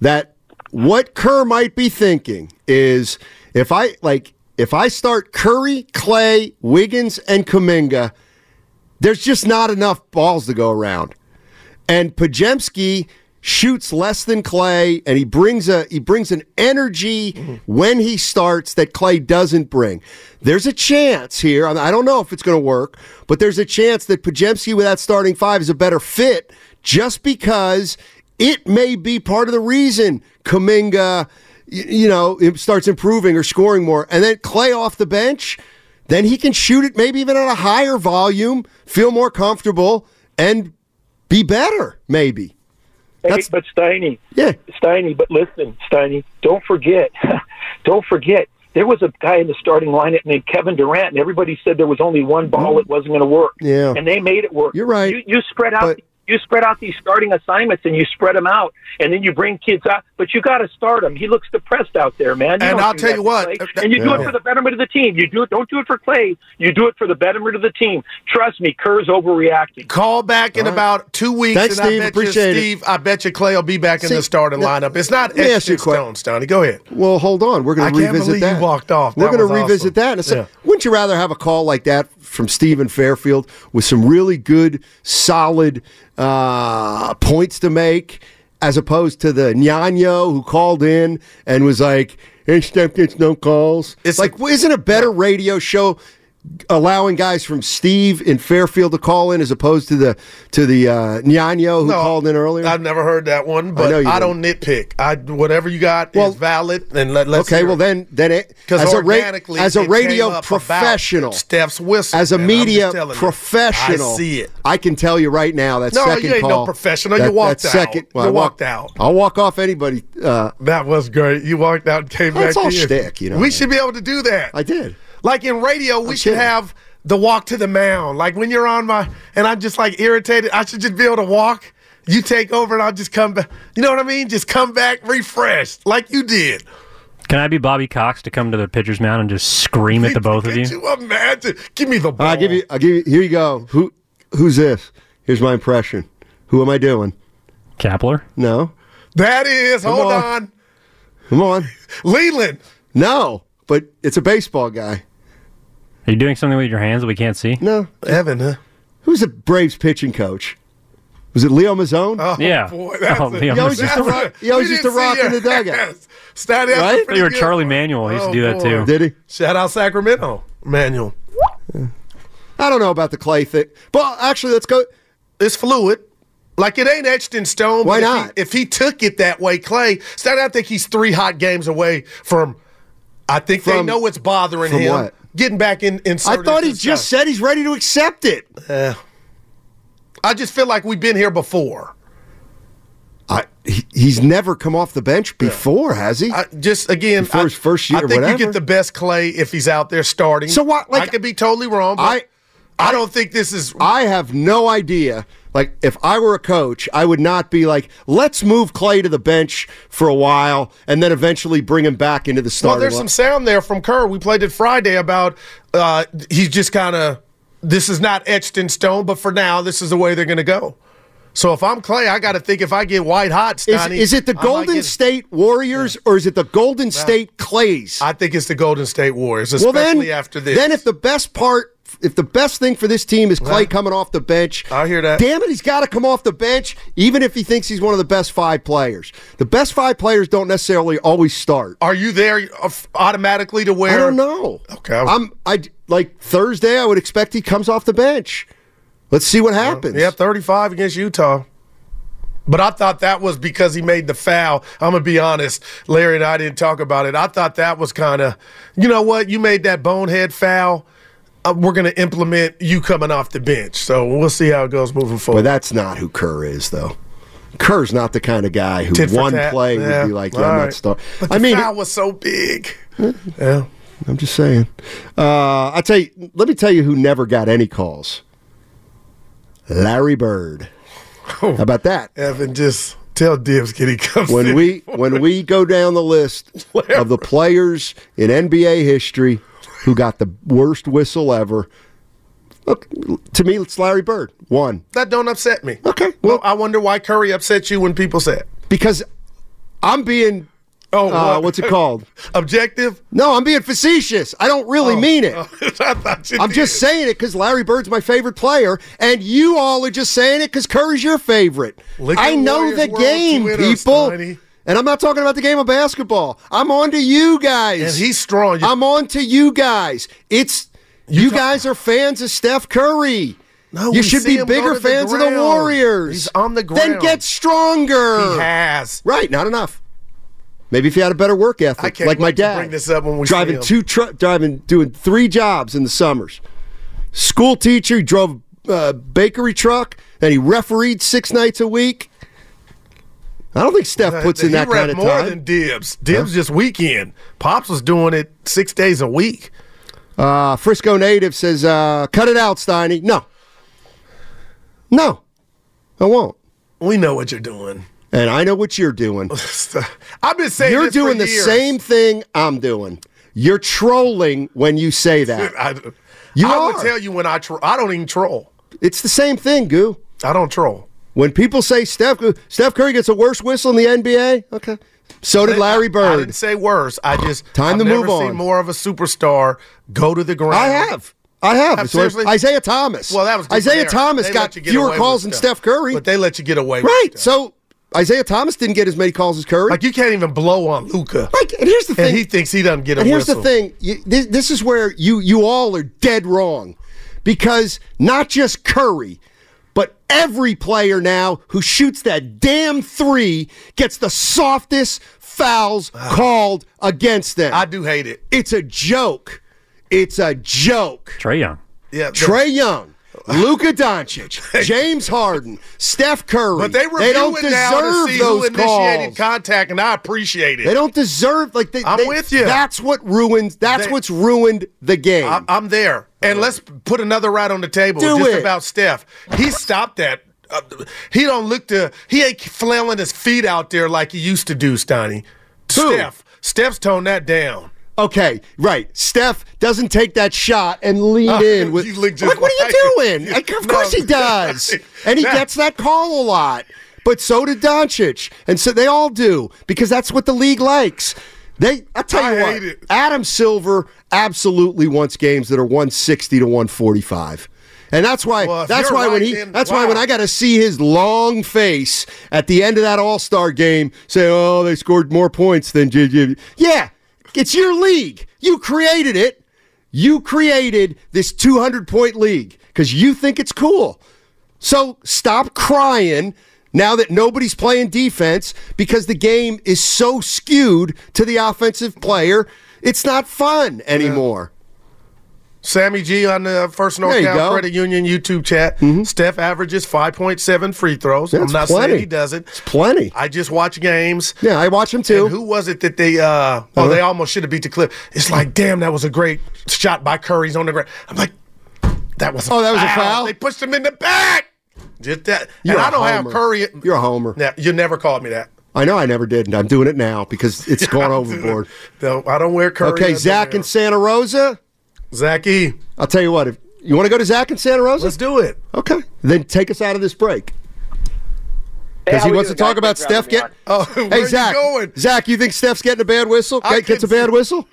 Speaker 5: that what Kerr might be thinking is if I like if I start Curry, Clay, Wiggins, and Kaminga, There's just not enough balls to go around. And Pajemski shoots less than Clay, and he brings a he brings an energy when he starts that Clay doesn't bring. There's a chance here. I I don't know if it's going to work, but there's a chance that Pajemski without starting five is a better fit, just because it may be part of the reason Kaminga, y- you know, it starts improving or scoring more, and then Clay off the bench. Then he can shoot it maybe even at a higher volume, feel more comfortable, and be better, maybe.
Speaker 8: Hey, but Steiny.
Speaker 5: Yeah.
Speaker 8: Steiny, but listen, Steiny, don't forget, (laughs) don't forget, there was a guy in the starting lineup named Kevin Durant, and everybody said there was only one
Speaker 6: Mm-hmm.
Speaker 8: ball it wasn't going to work.
Speaker 5: Yeah.
Speaker 8: And they made it work.
Speaker 5: You're right.
Speaker 8: You, you spread out. you spread out these starting assignments and you spread them out, and then you bring kids out. But you got to start them. He looks depressed out there, man.
Speaker 6: And
Speaker 8: don't
Speaker 6: I'll
Speaker 8: do
Speaker 6: tell
Speaker 8: that
Speaker 6: you
Speaker 8: to
Speaker 6: what,
Speaker 8: Clay.
Speaker 6: uh,
Speaker 8: and you do
Speaker 6: yeah.
Speaker 8: it for the betterment of the team. You do it. Don't do it for Clay. You do it for the betterment of the team. Trust me, Kerr's overreacting.
Speaker 6: Call back in about two weeks.
Speaker 8: Thanks,
Speaker 6: and
Speaker 8: Steve.
Speaker 6: I bet
Speaker 8: Appreciate it.
Speaker 6: you, Steve, I bet you Clay will be back in
Speaker 5: See,
Speaker 6: the starting
Speaker 5: now,
Speaker 6: lineup. It's not
Speaker 5: let me ask you a
Speaker 6: etched
Speaker 5: que-
Speaker 6: in stone, Stoney. Go ahead.
Speaker 5: Well, hold on. We're
Speaker 6: I
Speaker 5: going to
Speaker 6: can't
Speaker 5: revisit
Speaker 6: believe
Speaker 5: that.
Speaker 6: you walked off.
Speaker 5: We're
Speaker 6: That
Speaker 5: going to
Speaker 6: was
Speaker 5: revisit
Speaker 6: awesome.
Speaker 5: that. And so,
Speaker 6: Yeah.
Speaker 5: Wouldn't you rather have a call like that from Stephen Fairfield with some really good, solid uh, points to make, as opposed to the Nyanyo who called in and was like, "Hey, Steph gets no calls." It's like, well, isn't a better radio show? Allowing guys from Steve in Fairfield to call in, as opposed to the to the uh, Nyanyo who
Speaker 6: No,
Speaker 5: called in earlier.
Speaker 6: I've never heard that one, but
Speaker 5: know you
Speaker 6: I, don't nitpick. I whatever you got is valid, and let, let's
Speaker 5: okay,
Speaker 6: hear
Speaker 5: well
Speaker 6: it.
Speaker 5: then, then it,
Speaker 6: 'Cause
Speaker 5: as a ra-
Speaker 6: organically,
Speaker 5: as a
Speaker 6: it came
Speaker 5: radio
Speaker 6: up about
Speaker 5: professional,
Speaker 6: Steph's whistle,
Speaker 5: as a
Speaker 6: and I'm just
Speaker 5: media
Speaker 6: telling you,
Speaker 5: professional,
Speaker 6: I see it.
Speaker 5: I can tell you right now that
Speaker 6: No,
Speaker 5: second
Speaker 6: you ain't no
Speaker 5: call,
Speaker 6: professional. You
Speaker 5: that-
Speaker 6: walked
Speaker 5: that
Speaker 6: out.
Speaker 5: Second, well,
Speaker 6: You
Speaker 5: I walk-
Speaker 6: walked out.
Speaker 5: I'll walk off anybody. Uh,
Speaker 6: that was great. You walked out and came
Speaker 5: That's
Speaker 6: back
Speaker 5: all
Speaker 6: in.
Speaker 5: shtick, you know.
Speaker 6: We should be able to do that.
Speaker 5: I did.
Speaker 6: Like in radio, we should have the walk to the mound. Like when you're on my, and I'm just like irritated, I should just be able to walk. You take over and I'll just come back. You know what I mean? Just come back refreshed, like you did.
Speaker 7: Can I be Bobby Cox to come to the pitcher's mound and just scream at the both of you?
Speaker 6: You imagine? Give me the ball.
Speaker 5: I'll give you. I'll give you. Here you go. Who? Who's this? Here's my impression. Who am I doing?
Speaker 7: Kapler.
Speaker 5: No.
Speaker 6: That is.
Speaker 5: Come
Speaker 6: hold
Speaker 5: on.
Speaker 6: on.
Speaker 5: Come on.
Speaker 6: Leland.
Speaker 5: No, but it's a baseball guy.
Speaker 7: Are you doing something with your hands that we can't see?
Speaker 5: No.
Speaker 6: Evan, huh?
Speaker 5: Who's the Braves pitching coach? Was it Leo Mazzone?
Speaker 6: (laughs) Oh,
Speaker 7: Yeah.
Speaker 6: boy, that's
Speaker 7: Oh,
Speaker 6: a-
Speaker 7: Liam
Speaker 5: He always
Speaker 7: Neeson.
Speaker 5: used to (laughs) rock, he always
Speaker 6: We
Speaker 5: used to
Speaker 6: didn't
Speaker 5: rock
Speaker 6: see
Speaker 5: in the
Speaker 6: your
Speaker 5: dugout.
Speaker 6: ass. Stat, that's a
Speaker 5: Right?
Speaker 6: pretty
Speaker 7: They were
Speaker 6: good
Speaker 7: Charlie
Speaker 6: one.
Speaker 7: Manuel. He used to do that,
Speaker 6: Oh.
Speaker 7: too.
Speaker 5: Did he?
Speaker 6: Shout out Sacramento, Manuel.
Speaker 5: I don't know about the clay thing. Well, actually, let's go.
Speaker 6: It's fluid. Like it ain't etched in stone.
Speaker 5: Why
Speaker 6: but if he-
Speaker 5: not?
Speaker 6: If he, took it that way, Clay, Stat, I think he's three hot games away from. I think they
Speaker 5: From-
Speaker 6: know what's bothering
Speaker 5: from
Speaker 6: him.
Speaker 5: what?
Speaker 6: Getting back in.
Speaker 5: I
Speaker 6: inserted
Speaker 5: thought he
Speaker 6: into
Speaker 5: just
Speaker 6: stuff.
Speaker 5: said he's ready to accept it.
Speaker 6: Yeah. I just feel like we've been here before.
Speaker 5: I, he, he's never come off the bench before, has he?
Speaker 6: I, just again, I-
Speaker 5: First- first year,
Speaker 6: I think
Speaker 5: whatever.
Speaker 6: you get the best Clay if he's out there starting.
Speaker 5: So what, like-
Speaker 6: I could be totally wrong. But I,
Speaker 5: I-
Speaker 6: don't think this is.
Speaker 5: I have no idea. Like, if I were a coach, I would not be like, let's move Clay to the bench for a while and then eventually bring him back into the
Speaker 6: Well,
Speaker 5: starting.
Speaker 6: there's
Speaker 5: line."
Speaker 6: some sound there from Kerr. We played it Friday about uh, he's just kind of this is not etched in stone, but for now, this is the way they're going to go. So if I'm Clay, I got to think if I get white hot,
Speaker 5: is,
Speaker 6: Stoney,
Speaker 5: is it the
Speaker 6: I might
Speaker 5: Golden
Speaker 6: get-
Speaker 5: State Warriors or is it the Golden State Clays?
Speaker 6: I think it's the Golden State Warriors,
Speaker 5: well,
Speaker 6: especially
Speaker 5: then,
Speaker 6: after this.
Speaker 5: then if the best part, if the best thing for this team is Clay
Speaker 6: Yeah.
Speaker 5: coming off the bench,
Speaker 6: I hear that.
Speaker 5: Damn it, he's got to come off the bench, even if he thinks he's one of the best five players. The best five players don't necessarily always start.
Speaker 6: Are you there uh, automatically to where?
Speaker 5: I don't know.
Speaker 6: Okay.
Speaker 5: I'm I like Thursday. I would expect he comes off the bench. Let's see what happens.
Speaker 6: Yeah, 35 against Utah. But I thought that was because he made the foul. I'm going to be honest. Larry and I didn't talk about it. I thought that was kind of, you know what? You made that bonehead foul. Uh, we're going to implement you coming off the bench. So we'll see how it goes moving
Speaker 5: But
Speaker 6: forward.
Speaker 5: that's not who Kerr is, though. Kerr's not the kind of guy who
Speaker 6: Tit for
Speaker 5: one
Speaker 6: tat.
Speaker 5: play
Speaker 6: Yeah.
Speaker 5: would be like, yeah,
Speaker 6: All
Speaker 5: I'm
Speaker 6: right.
Speaker 5: not star.
Speaker 6: But the
Speaker 5: I mean,
Speaker 6: foul was so big. yeah.
Speaker 5: I'm just saying. Uh, I tell you, let me tell you who never got any calls. Larry Bird. How about that?
Speaker 6: Evan, just tell Dibs, kid, he comes
Speaker 5: When
Speaker 6: in.
Speaker 5: we when we go down the list of the players in NBA history who got the worst whistle ever, look to me it's Larry Bird. One
Speaker 6: that don't upset me.
Speaker 5: Okay,
Speaker 6: Well, I wonder why Curry upset you when people said.
Speaker 5: because I'm being
Speaker 6: Oh,
Speaker 5: uh,
Speaker 6: what?
Speaker 5: what's
Speaker 6: (laughs)
Speaker 5: it called?
Speaker 6: Objective? (laughs)
Speaker 5: No, I'm being facetious. I don't really mean it.
Speaker 6: I thought you
Speaker 5: I'm
Speaker 6: did.
Speaker 5: just saying it because Larry Bird's my favorite player, and you all are just saying it because Curry's your favorite.
Speaker 6: Look
Speaker 5: I
Speaker 6: at
Speaker 5: know
Speaker 6: Warriors
Speaker 5: the
Speaker 6: World
Speaker 5: game,
Speaker 6: Twitter,
Speaker 5: people.
Speaker 6: Stoney.
Speaker 5: And I'm not talking about the game of basketball. I'm on to you guys.
Speaker 6: And he's strong. You-
Speaker 5: I'm on to you guys. It's you, guys are fans of Steph Curry.
Speaker 6: No, we
Speaker 5: you should
Speaker 6: see
Speaker 5: be
Speaker 6: him go
Speaker 5: bigger
Speaker 6: to the
Speaker 5: fans of the
Speaker 6: ground.
Speaker 5: Warriors.
Speaker 6: He's on the
Speaker 5: Then
Speaker 6: ground.
Speaker 5: get stronger.
Speaker 6: He has.
Speaker 5: Right, not enough. Maybe if you had a better work ethic,
Speaker 6: I can't
Speaker 5: like my
Speaker 6: wait to
Speaker 5: dad,
Speaker 6: bring this up when we see
Speaker 5: driving
Speaker 6: him.
Speaker 5: two tru- driving doing three jobs in the summers. School teacher, he drove uh, bakery truck, and he refereed six nights a week. I don't think Steph puts in
Speaker 6: He
Speaker 5: that kind
Speaker 6: read
Speaker 5: of
Speaker 6: more
Speaker 5: time.
Speaker 6: than Dibs. Dibs just weekend. Pops was doing it six days a week.
Speaker 5: Uh, Frisco native says, uh, "Cut it out, Steiny." No, no, I won't.
Speaker 6: We know what you're doing. (laughs)
Speaker 5: And I know what you're doing.
Speaker 6: I've been saying
Speaker 5: You're
Speaker 6: this for
Speaker 5: doing the
Speaker 6: years.
Speaker 5: same thing I'm doing. You're trolling when you say that.
Speaker 6: (laughs) I,
Speaker 5: You
Speaker 6: I
Speaker 5: are.
Speaker 6: would tell you when I tro- I don't even troll.
Speaker 5: It's the same thing, Goo.
Speaker 6: I don't troll.
Speaker 5: When people say Steph Steph Curry gets the worst whistle in the NBA, okay. So did Larry
Speaker 6: I
Speaker 5: Bird.
Speaker 6: didn't say worse. I just
Speaker 5: Time
Speaker 6: I've
Speaker 5: to
Speaker 6: never
Speaker 5: move on.
Speaker 6: Seen more of a superstar go to the ground.
Speaker 5: I have. I have.
Speaker 6: Have-
Speaker 5: It's worse.
Speaker 6: seriously?
Speaker 5: Isaiah Thomas.
Speaker 6: Well, that was different
Speaker 5: Isaiah
Speaker 6: era.
Speaker 5: Thomas
Speaker 6: They
Speaker 5: got
Speaker 6: let you get away
Speaker 5: fewer
Speaker 6: with
Speaker 5: calls than
Speaker 6: stuff.
Speaker 5: Steph Curry.
Speaker 6: but they let you get away. with
Speaker 5: Right.
Speaker 6: stuff.
Speaker 5: So Isaiah Thomas didn't get as many calls as Curry.
Speaker 6: like you can't even blow on Luca.
Speaker 5: Like, and here's the
Speaker 6: And
Speaker 5: thing.
Speaker 6: he thinks he doesn't get a
Speaker 5: and here's
Speaker 6: whistle.
Speaker 5: the thing. You, this, this is where you you all are dead wrong, because not just Curry, but every player now who shoots that damn three gets the softest fouls called against them.
Speaker 6: I do hate it.
Speaker 5: it's a joke. It's a joke.
Speaker 7: Trey Young.
Speaker 6: Yeah. the-
Speaker 5: Trey Young. Luka Doncic,
Speaker 6: (laughs)
Speaker 5: James Harden, Steph Curry.
Speaker 6: But they review
Speaker 5: don't
Speaker 6: it
Speaker 5: deserve
Speaker 6: now to see who
Speaker 5: those
Speaker 6: initiated
Speaker 5: calls.
Speaker 6: contact, and I appreciate it.
Speaker 5: They don't deserve like they.
Speaker 6: I'm
Speaker 5: they-
Speaker 6: with you.
Speaker 5: That's what ruins. That's
Speaker 6: They-
Speaker 5: what's ruined the game.
Speaker 6: I, I'm there. And let's put another right on the table
Speaker 5: Do
Speaker 6: just
Speaker 5: it.
Speaker 6: about Steph. He stopped that. Uh, he don't look to. He ain't flailing his feet out there like he used to do, Stoney.
Speaker 5: Who?
Speaker 6: Steph. Steph's toned that down.
Speaker 5: okay, right. Steph doesn't take that shot and lean in with.
Speaker 6: Uh, (laughs) You look just
Speaker 5: like, what are you
Speaker 6: like-
Speaker 5: doing? Like, of
Speaker 6: (laughs) No.
Speaker 5: course he does, and he
Speaker 6: That-
Speaker 5: gets that call a lot. But so did Doncic, and so they all do because that's what the league likes. They, I tell you
Speaker 6: I
Speaker 5: what,
Speaker 6: hate it.
Speaker 5: Adam Silver absolutely wants games that are 160 to 145. And that's why
Speaker 6: Well, if
Speaker 5: that's
Speaker 6: you're
Speaker 5: why when
Speaker 6: right,
Speaker 5: he
Speaker 6: then
Speaker 5: that's why
Speaker 6: wow.
Speaker 5: when I got to see his long face at the end of that All-Star game say, "Oh, they scored more points than JJ." Yeah, it's your league. You created it. You created this 200-point league cuz you think it's cool. So stop crying now that nobody's playing defense because the game is so skewed to the offensive player. It's not fun anymore.
Speaker 6: Sammy G on the First North
Speaker 5: There you
Speaker 6: Cal
Speaker 5: go. Mm-hmm.
Speaker 6: Credit Union YouTube chat. Steph averages 5.7 free throws.
Speaker 5: That's
Speaker 6: I'm not
Speaker 5: plenty.
Speaker 6: saying he doesn't.
Speaker 5: It's plenty.
Speaker 6: I just watch games.
Speaker 5: Yeah, I watch him too.
Speaker 6: And who was it that they? uh Oh, they almost should have beat the clip. It's like, damn, that was a great shot by Curry's on the ground. I'm like, that was.
Speaker 5: Oh, that was a foul?
Speaker 6: They pushed him in the back. Just that.
Speaker 5: You're
Speaker 6: and
Speaker 5: a
Speaker 6: I don't have
Speaker 5: homer.
Speaker 6: Curry.
Speaker 5: You're a homer.
Speaker 6: Now, you never called me that.
Speaker 5: I know I never did, and I'm doing it now because it's gone
Speaker 6: (laughs)
Speaker 5: overboard.
Speaker 6: No, I don't wear Curry.
Speaker 5: Okay,
Speaker 6: underwear.
Speaker 5: Zach in Santa Rosa.
Speaker 6: Zach E.
Speaker 5: I'll tell you what. If you want to go to Zach in Santa Rosa,
Speaker 6: Let's do it.
Speaker 5: okay, then take us out of this break because he wants to talk about Steph (laughs) get.
Speaker 6: Oh, where
Speaker 5: hey Zach,
Speaker 6: you going?
Speaker 5: Zach, you think Steph's getting a bad whistle?
Speaker 6: I
Speaker 5: Get- gets a
Speaker 6: can-
Speaker 5: bad whistle?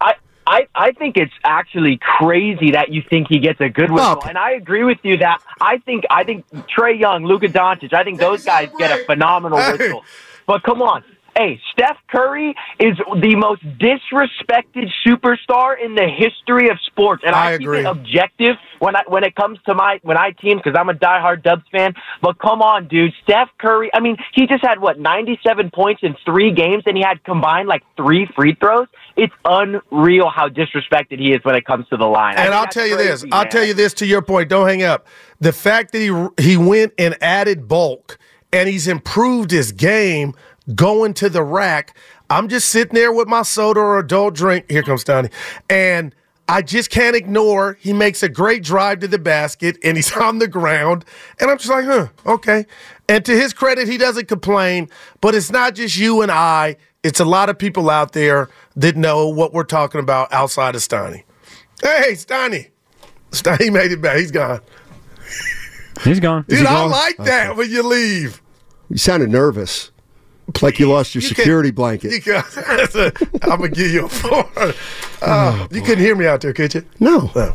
Speaker 9: I, I, I think it's actually crazy that you think he gets a good whistle,
Speaker 5: Up.
Speaker 9: and I agree with you that I think I think Trey Young, Luka Doncic, I think those guys get a phenomenal
Speaker 6: Hey.
Speaker 9: whistle. But come on, hey, Steph Curry is the most disrespected superstar in the history of sports, and I,
Speaker 6: I
Speaker 9: keep
Speaker 6: agree.
Speaker 9: it objective when I when it comes to my when I team because I'm a diehard Dubs fan. But come on, dude, Steph Curry. I mean, he just had what 97 points in three games, and he had combined like three free throws. It's unreal how disrespected he is when it comes to the line. I
Speaker 6: And
Speaker 9: think
Speaker 6: I'll
Speaker 9: that's
Speaker 6: tell you this.
Speaker 9: crazy,
Speaker 6: I'll
Speaker 9: man.
Speaker 6: tell you this to your point. Don't hang up. The fact that he he went and added bulk and he's improved his game going to the rack. I'm just sitting there with my soda or adult drink. Here comes Donnie. And I just can't ignore. He makes a great drive to the basket and he's on the ground. And I'm just like, huh, okay. And to his credit, he doesn't complain. But it's not just you and I, it's a lot of people out there that know what we're talking about outside of Stoney. Hey, Stoney. Stoney made it back. He's gone.
Speaker 7: He's gone.
Speaker 6: Dude, I like that when you leave.
Speaker 5: You sounded nervous. It's like you lost your
Speaker 6: You can-
Speaker 5: security blanket.
Speaker 6: You can, I'm gonna give you
Speaker 5: (laughs)
Speaker 6: a four.
Speaker 5: Oh,
Speaker 6: Uh, you couldn't hear me out there, could you?
Speaker 5: No.
Speaker 6: No.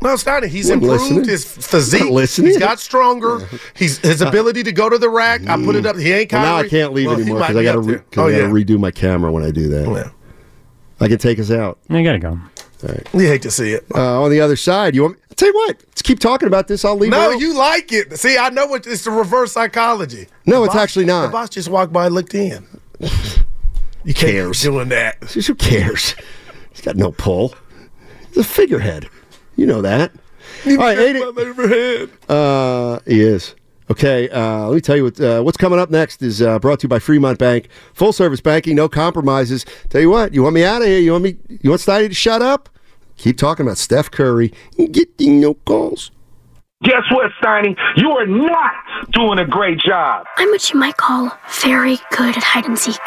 Speaker 6: No, it's not. He's
Speaker 5: Wasn't
Speaker 6: improved
Speaker 5: listening.
Speaker 6: his physique.
Speaker 5: Not listening. Uh,
Speaker 6: He's got stronger. He's his ability to go to the rack. I put it up. He ain't
Speaker 5: Well, now I
Speaker 6: Kyrie.
Speaker 5: can't leave
Speaker 6: Well, he
Speaker 5: anymore
Speaker 6: might
Speaker 5: because I
Speaker 6: be
Speaker 5: got to
Speaker 6: up
Speaker 5: re-
Speaker 6: there.
Speaker 5: 'cause
Speaker 6: Oh
Speaker 5: I gotta
Speaker 6: yeah. Oh,
Speaker 5: redo my camera when I do that. I can take us out.
Speaker 10: You gotta go.
Speaker 5: All right.
Speaker 6: You hate to see it.
Speaker 5: Uh, on the other side, you want? Me- I'll tell you what. Let's keep talking about this. I'll leave.
Speaker 6: No,
Speaker 5: it out.
Speaker 6: you like it. See, I know what it's the reverse psychology.
Speaker 5: No,
Speaker 6: The
Speaker 5: it's
Speaker 6: boss-
Speaker 5: actually not.
Speaker 6: The boss just walked by, and looked in.
Speaker 5: you cares
Speaker 6: doing that.
Speaker 5: Who cares? He's got no pull. He's a figurehead. You know that. All right, eight- Uh, he is. Okay, uh, let me tell you what, uh, what's coming up next is uh, brought to you by Fremont Bank. Full service banking, no compromises. Tell you what, you want me out of here? You want me? You want Steiny to shut up? Keep talking about Steph Curry. Getting no calls.
Speaker 11: Guess what, Steiny? You are not doing a great job.
Speaker 12: I'm what you might call very good at hide and seek.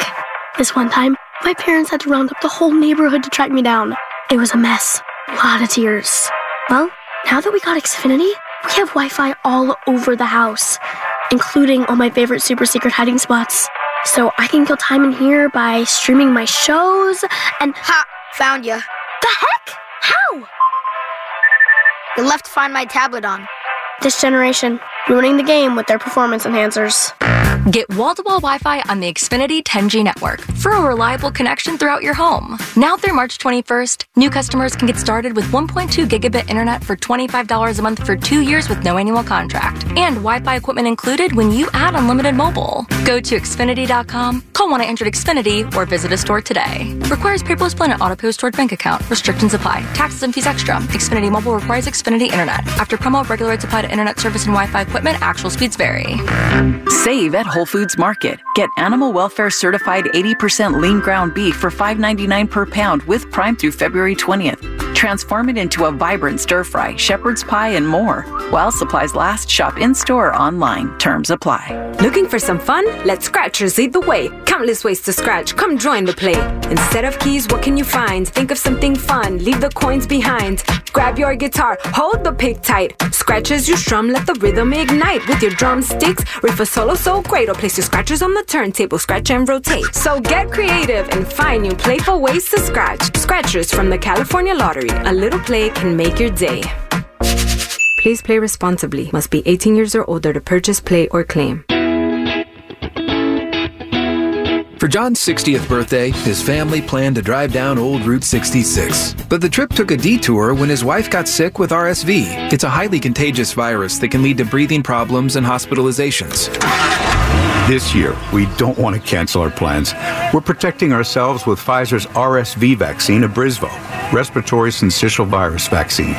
Speaker 12: This one time, my parents had to round up the whole neighborhood to track me down. It was a mess. A lot of tears. Well, now that we got Xfinity, we have Wi Fi all over the house, including all my favorite super secret hiding spots. So I can kill time in here by streaming my shows and. Ha! Found you. The heck? How?
Speaker 13: You left to find my tablet on.
Speaker 12: This generation, ruining the game with their performance enhancers.
Speaker 14: Get wall to wall Wi Fi on the Xfinity 10G network for a reliable connection throughout your home. Now through March 21st, new customers can get started with 1.2 gigabit internet for $25 a month for two years with no annual contract and Wi Fi equipment included when you add unlimited mobile. Go to Xfinity.com, call 1 800 Xfinity, or visit a store today. Requires paperless plan and auto pay stored bank account. Restrictions apply. Taxes and fees extra. Xfinity Mobile requires Xfinity Internet. After promo, regular rates apply to internet service and Wi Fi equipment. Actual speeds vary.
Speaker 15: Save at Whole Foods Market. Get animal welfare certified 80% lean ground beef for $5.99 per pound with Prime through February 20th. Transform it into a vibrant stir fry, shepherd's pie, and more. While supplies last, shop in store or online. Terms apply.
Speaker 16: Looking for some fun? Let Scratchers lead the way. Countless ways to scratch. Come join the play. Instead of keys, what can you find? Think of something fun. Leave the coins behind. Grab your guitar. Hold the pick tight. Scratch as you strum. Let the rhythm ignite. With your drumsticks, riff a solo so great. Or place your scratchers on the turntable. Scratch and rotate. So get creative and find new playful ways to scratch. Scratchers from the California Lottery. A little play can make your day. Please play responsibly. Must be 18 years or older to purchase, play, or claim.
Speaker 17: For John's 60th birthday, his family planned to drive down Old Route 66. But the trip took a detour when his wife got sick with RSV. It's a highly contagious virus that can lead to breathing problems and hospitalizations.
Speaker 18: This year, we don't want to cancel our plans. We're protecting ourselves with Pfizer's RSV vaccine, Abrisvo, respiratory syncytial virus vaccine.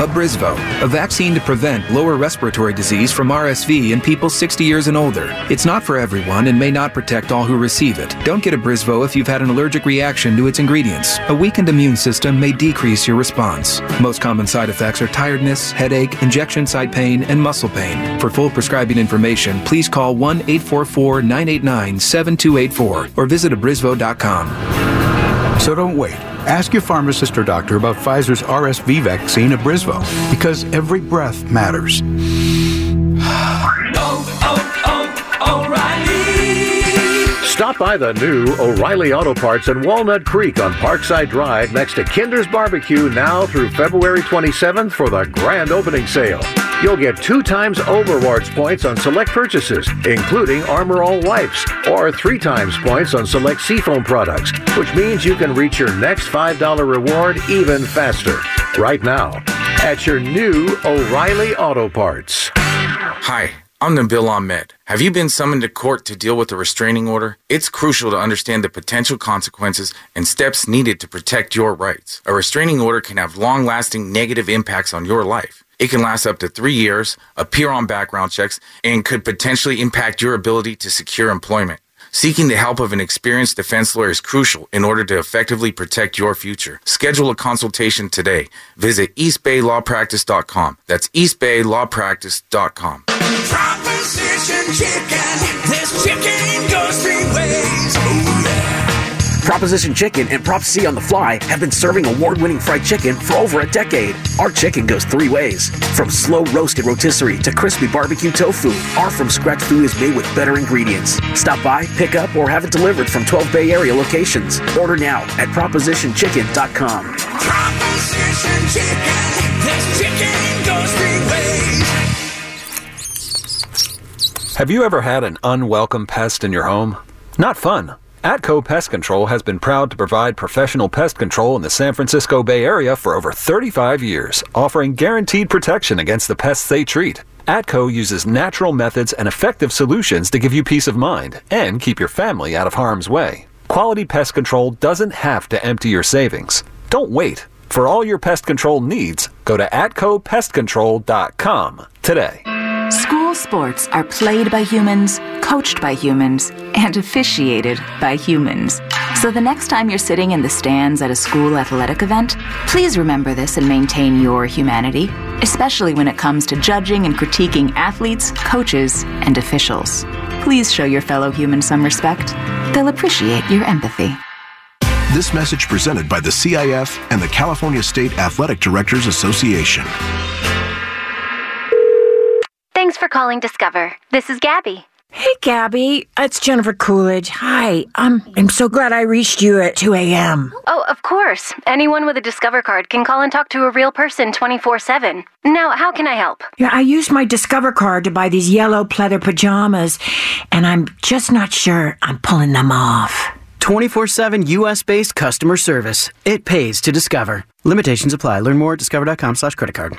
Speaker 17: Abrisvo, a vaccine to prevent lower respiratory disease from RSV in people 60 years and older. It's not for everyone and may not protect all who receive it. Don't get Abrisvo if you've had an allergic reaction to its ingredients. A weakened immune system may decrease your response. Most common side effects are tiredness, headache, injection site pain, and muscle pain. For full prescribing information, please call 1 844 989 7284 or visit abrisvo.com.
Speaker 18: So don't wait. Ask your pharmacist or doctor about Pfizer's RSV vaccine, Abrisvo, because every breath matters.
Speaker 19: Stop by the new O'Reilly Auto Parts in Walnut Creek on Parkside Drive next to Kinder's Barbecue now through February 27th for the grand opening sale. You'll get two times overwards points on select purchases, including Armor All Wipes, or three times points on select Seafoam products, which means you can reach your next $5 reward even faster. Right now, at your new O'Reilly Auto Parts.
Speaker 20: Hi, I'm Nabil Ahmed. Have you been summoned to court to deal with a restraining order? It's crucial to understand the potential consequences and steps needed to protect your rights. A restraining order can have long lasting negative impacts on your life. It can last up to three years, appear on background checks, and could potentially impact your ability to secure employment. Seeking the help of an experienced defense lawyer is crucial in order to effectively protect your future. Schedule a consultation today. Visit eastbaylawpractice.com. That's eastbaylawpractice.com.
Speaker 21: Proposition chicken. This chicken goes three ways.
Speaker 22: Proposition Chicken and Prop C on the Fly have been serving award winning fried chicken for over a decade. Our chicken goes three ways from slow roasted rotisserie to crispy barbecue tofu. Our from scratch food is made with better ingredients. Stop by, pick up, or have it delivered from 12 Bay Area locations. Order now at propositionchicken.com.
Speaker 21: Proposition chicken. This chicken goes three ways.
Speaker 23: Have you ever had an unwelcome pest in your home? Not fun. Atco Pest Control has been proud to provide professional pest control in the San Francisco Bay Area for over 35 years, offering guaranteed protection against the pests they treat. Atco uses natural methods and effective solutions to give you peace of mind and keep your family out of harm's way. Quality pest control doesn't have to empty your savings. Don't wait. For all your pest control needs, go to atcopestcontrol.com today.
Speaker 24: School sports are played by humans, coached by humans, and officiated by humans. So the next time you're sitting in the stands at a school athletic event, please remember this and maintain your humanity, especially when it comes to judging and critiquing athletes, coaches, and officials. Please show your fellow humans some respect. They'll appreciate your empathy.
Speaker 25: This message presented by the CIF and the California State Athletic Directors Association.
Speaker 26: Thanks for calling Discover. This is Gabby.
Speaker 27: Hey, Gabby. It's Jennifer Coolidge. Hi. Um, I'm so glad I reached you at 2 a.m.
Speaker 26: Oh, of course. Anyone with a Discover card can call and talk to a real person 24 7. Now, how can I help?
Speaker 27: Yeah, I used my Discover card to buy these yellow pleather pajamas, and I'm just not sure I'm pulling them off.
Speaker 28: 24 7 US based customer service. It pays to discover. Limitations apply. Learn more at discover.com slash credit card.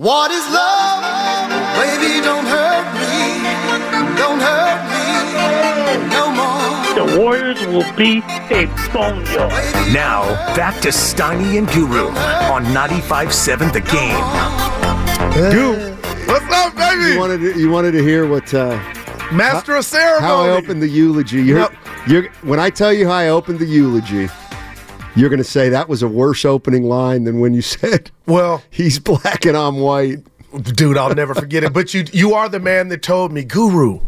Speaker 21: What is love? Baby, don't hurt me. Don't hurt me no more.
Speaker 8: The Warriors will be a boneyard.
Speaker 2: Now, back to Steiny and Guru on 95.7 The Game.
Speaker 5: Dude,
Speaker 6: what's up, baby?
Speaker 5: You wanted to, you wanted to hear what uh,
Speaker 6: Master
Speaker 5: ho-
Speaker 6: of ceremony.
Speaker 5: How I opened the eulogy. You heard, you're, when I tell you how I opened the eulogy, you're going to say that was a worse opening line than when you (laughs) said,
Speaker 6: "Well,
Speaker 5: he's black and I'm white."
Speaker 6: Dude, I'll never forget it. But you you are the man that told me, Guru,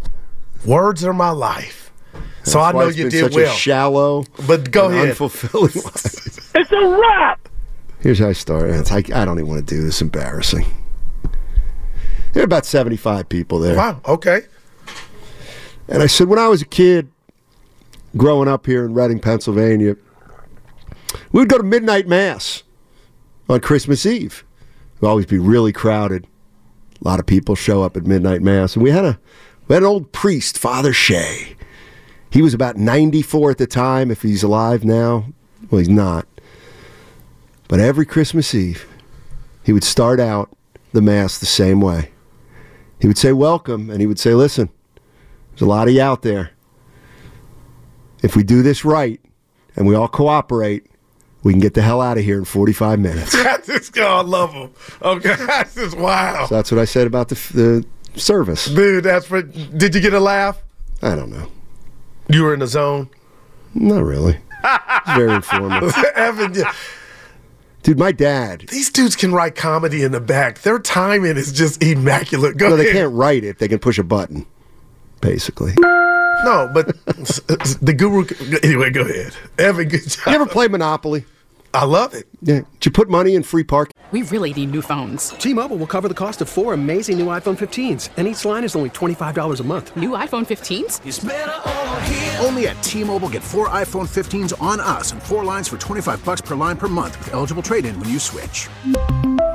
Speaker 6: words are my life. So
Speaker 5: That's
Speaker 6: I
Speaker 5: why
Speaker 6: know
Speaker 5: it's
Speaker 6: you
Speaker 5: been
Speaker 6: did
Speaker 5: such
Speaker 6: well.
Speaker 5: A shallow,
Speaker 6: But go
Speaker 5: and
Speaker 6: ahead. (laughs)
Speaker 5: Unfulfilling. life.
Speaker 8: It's a wrap.
Speaker 5: Here's how I started. It's like, I don't even want to do this. Embarrassing. There are about 75 people there.
Speaker 6: Wow. Okay.
Speaker 5: And I said, when I was a kid, growing up here in Reading, Pennsylvania, we would go to midnight mass on Christmas Eve. It would always be really crowded. A lot of people show up at midnight mass, and we had a we had an old priest, Father Shea. He was about 94 at the time. If he's alive now, well, he's not. But every Christmas Eve, he would start out the mass the same way. He would say, "Welcome," and he would say, "Listen, there's a lot of you out there. If we do this right and we all cooperate, we can get the hell out of here in 45 minutes.
Speaker 6: this guy, (laughs) I love him. Okay, (laughs) this is wow,
Speaker 5: So that's what I said about the, f- the service.
Speaker 6: dude. That's for. Did you get a laugh?
Speaker 5: I don't know.
Speaker 6: You were in the zone.
Speaker 5: (laughs) Not really. It's Very informal.
Speaker 6: Evan, yeah.
Speaker 5: Dude, my dad.
Speaker 6: these dudes can write comedy in the back. Their timing is just immaculate. Go
Speaker 5: no, they
Speaker 6: ahead.
Speaker 5: can't write it. They can push a button, basically.
Speaker 6: No, but (laughs) s- s- the guru. Anyway, go ahead. Evan, good job. You
Speaker 5: ever play Monopoly?
Speaker 6: I love it.
Speaker 5: Yeah. Did you put money in free park?
Speaker 29: We really need new phones. T-Mobile will cover the cost of four amazing new iPhone 15s, and each line is only $25 a month.
Speaker 30: New iPhone 15s?
Speaker 25: Only at T-Mobile get four iPhone 15s on us and four lines for 25 bucks per line per month with eligible trade-in when you switch.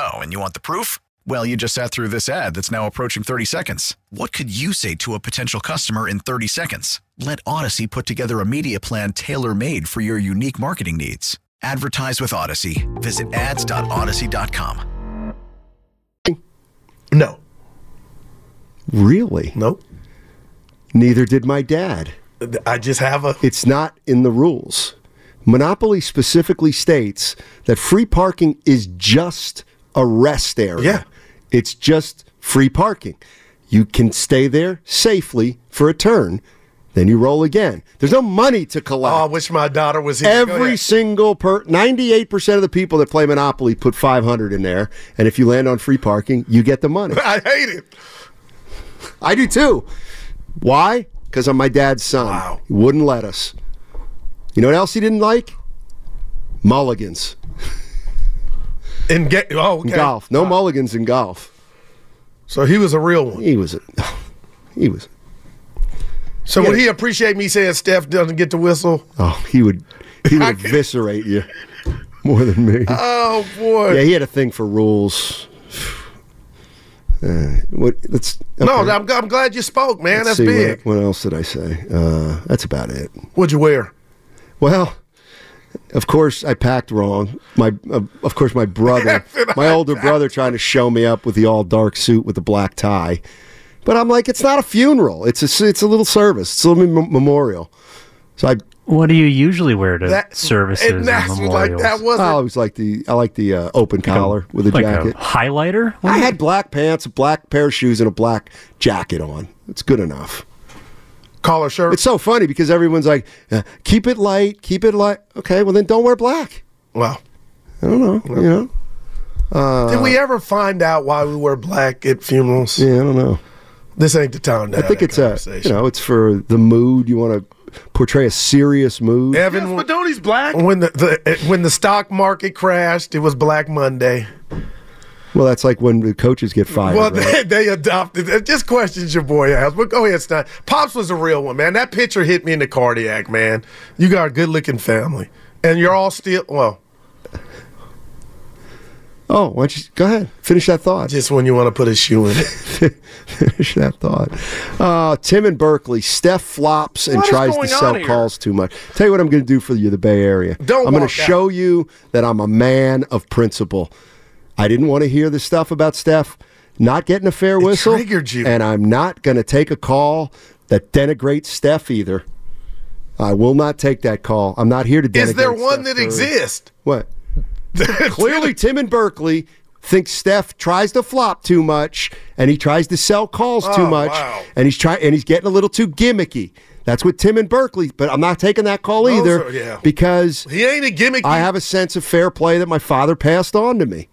Speaker 31: Oh, and you want the proof? Well, you just sat through this ad that's now approaching 30 seconds. What could you say to a potential customer in 30 seconds? Let Odyssey put together a media plan tailor made for your unique marketing needs. Advertise with Odyssey. Visit ads.odyssey.com.
Speaker 5: No. Really?
Speaker 6: Nope.
Speaker 5: Neither did my dad.
Speaker 6: I just have a.
Speaker 5: It's not in the rules. Monopoly specifically states that free parking is just a rest area. Yeah. It's just free parking. You can stay there safely for a turn, then you roll again. There's no money to collect.
Speaker 6: Oh, I wish my daughter was here. Go
Speaker 5: Every
Speaker 6: ahead.
Speaker 5: single per 98% of the people that play Monopoly put 500 in there, and if you land on free parking, you get the money.
Speaker 6: I hate it.
Speaker 5: I do too. Why? Because I'm my dad's son. He wouldn't let us. You know what else he didn't like? Mulligans.
Speaker 6: In ga- oh, okay.
Speaker 5: In golf. No mulligans in golf.
Speaker 6: So he was a real one.
Speaker 5: He was a (laughs) he was
Speaker 6: So would he appreciate me saying Steph doesn't get the whistle?
Speaker 5: oh he would he would
Speaker 6: (laughs)
Speaker 5: eviscerate you more than me.
Speaker 6: Oh boy.
Speaker 5: Yeah, he had a thing for rules. (sighs) Uh, what? Let's.
Speaker 6: No,
Speaker 5: okay,
Speaker 6: I'm, I'm glad you spoke, man.
Speaker 5: let's
Speaker 6: That's
Speaker 5: see,
Speaker 6: big.
Speaker 5: What, what else did I say? Uh, that's about it.
Speaker 6: What'd you wear?
Speaker 5: Well, of course I packed wrong. My, of of course, my brother, my older brother, trying to show me up with the all dark suit with the black tie. But I'm like, it's not a funeral. It's a, it's a little service. It's a little mem- memorial. So I.
Speaker 1: What do you usually wear to
Speaker 6: That-
Speaker 1: services
Speaker 6: and
Speaker 1: and,
Speaker 6: that's like-
Speaker 1: memorials?
Speaker 6: that wasn't-
Speaker 5: I always like the I like the uh, open
Speaker 1: a-
Speaker 5: collar with a
Speaker 1: like a
Speaker 5: jacket,
Speaker 1: highlighter.
Speaker 5: I had black pants, a black pair of shoes, and a black jacket on. It's good enough.
Speaker 6: Collar shirt.
Speaker 5: It's so funny because everyone's like, uh, "Keep it light, keep it light." Okay, well then don't wear black.
Speaker 6: Wow.
Speaker 5: I don't know. You know. Uh,
Speaker 6: Did we ever find out why we wear black at funerals?
Speaker 5: Yeah, I don't know.
Speaker 6: This ain't the time. To
Speaker 5: I think it's a you know it's for the mood you want to portray a serious mood.
Speaker 6: Evan Madoni's black. When the, the uh, when the stock market crashed, it was Black Monday.
Speaker 5: Well, that's like when the coaches get fired.
Speaker 6: well,
Speaker 5: right?
Speaker 6: they, they adopted. It just questions your boy ass. But go ahead, Stein. Pops was a real one, man. That picture hit me in the cardiac, man. You got a good looking family, and you're all still well.
Speaker 5: Oh, why don't you go ahead finish that thought?
Speaker 6: Just when you want to put a shoe in it.
Speaker 5: (laughs) finish that thought. Uh, Tim in Berkeley. Steph flops and
Speaker 6: What is
Speaker 5: tries to
Speaker 6: going on
Speaker 5: sell
Speaker 6: here?
Speaker 5: calls too much. Tell you what I'm going to do for you, the Bay Area.
Speaker 6: Don't
Speaker 5: I'm going to
Speaker 6: walk out.
Speaker 5: show you that I'm a man of principle. I didn't want to hear the stuff about Steph not getting a fair whistle, and I'm not going to take a call that denigrates Steph either. I will not take that call. I'm not here to denigrate.
Speaker 6: Is there one that
Speaker 5: Curry.
Speaker 6: exists? (laughs)
Speaker 5: What? Clearly, Tim and Berkeley thinks Steph tries to flop too much, and he tries to sell calls too
Speaker 6: Oh,
Speaker 5: much,
Speaker 6: wow.
Speaker 5: and he's trying and he's getting a little too gimmicky. That's what Tim and Berkeley. But I'm not taking that call
Speaker 6: Those
Speaker 5: either
Speaker 6: are- yeah.
Speaker 5: because
Speaker 6: He ain't a gimmick.
Speaker 5: I have a sense of fair play that my father passed on to me.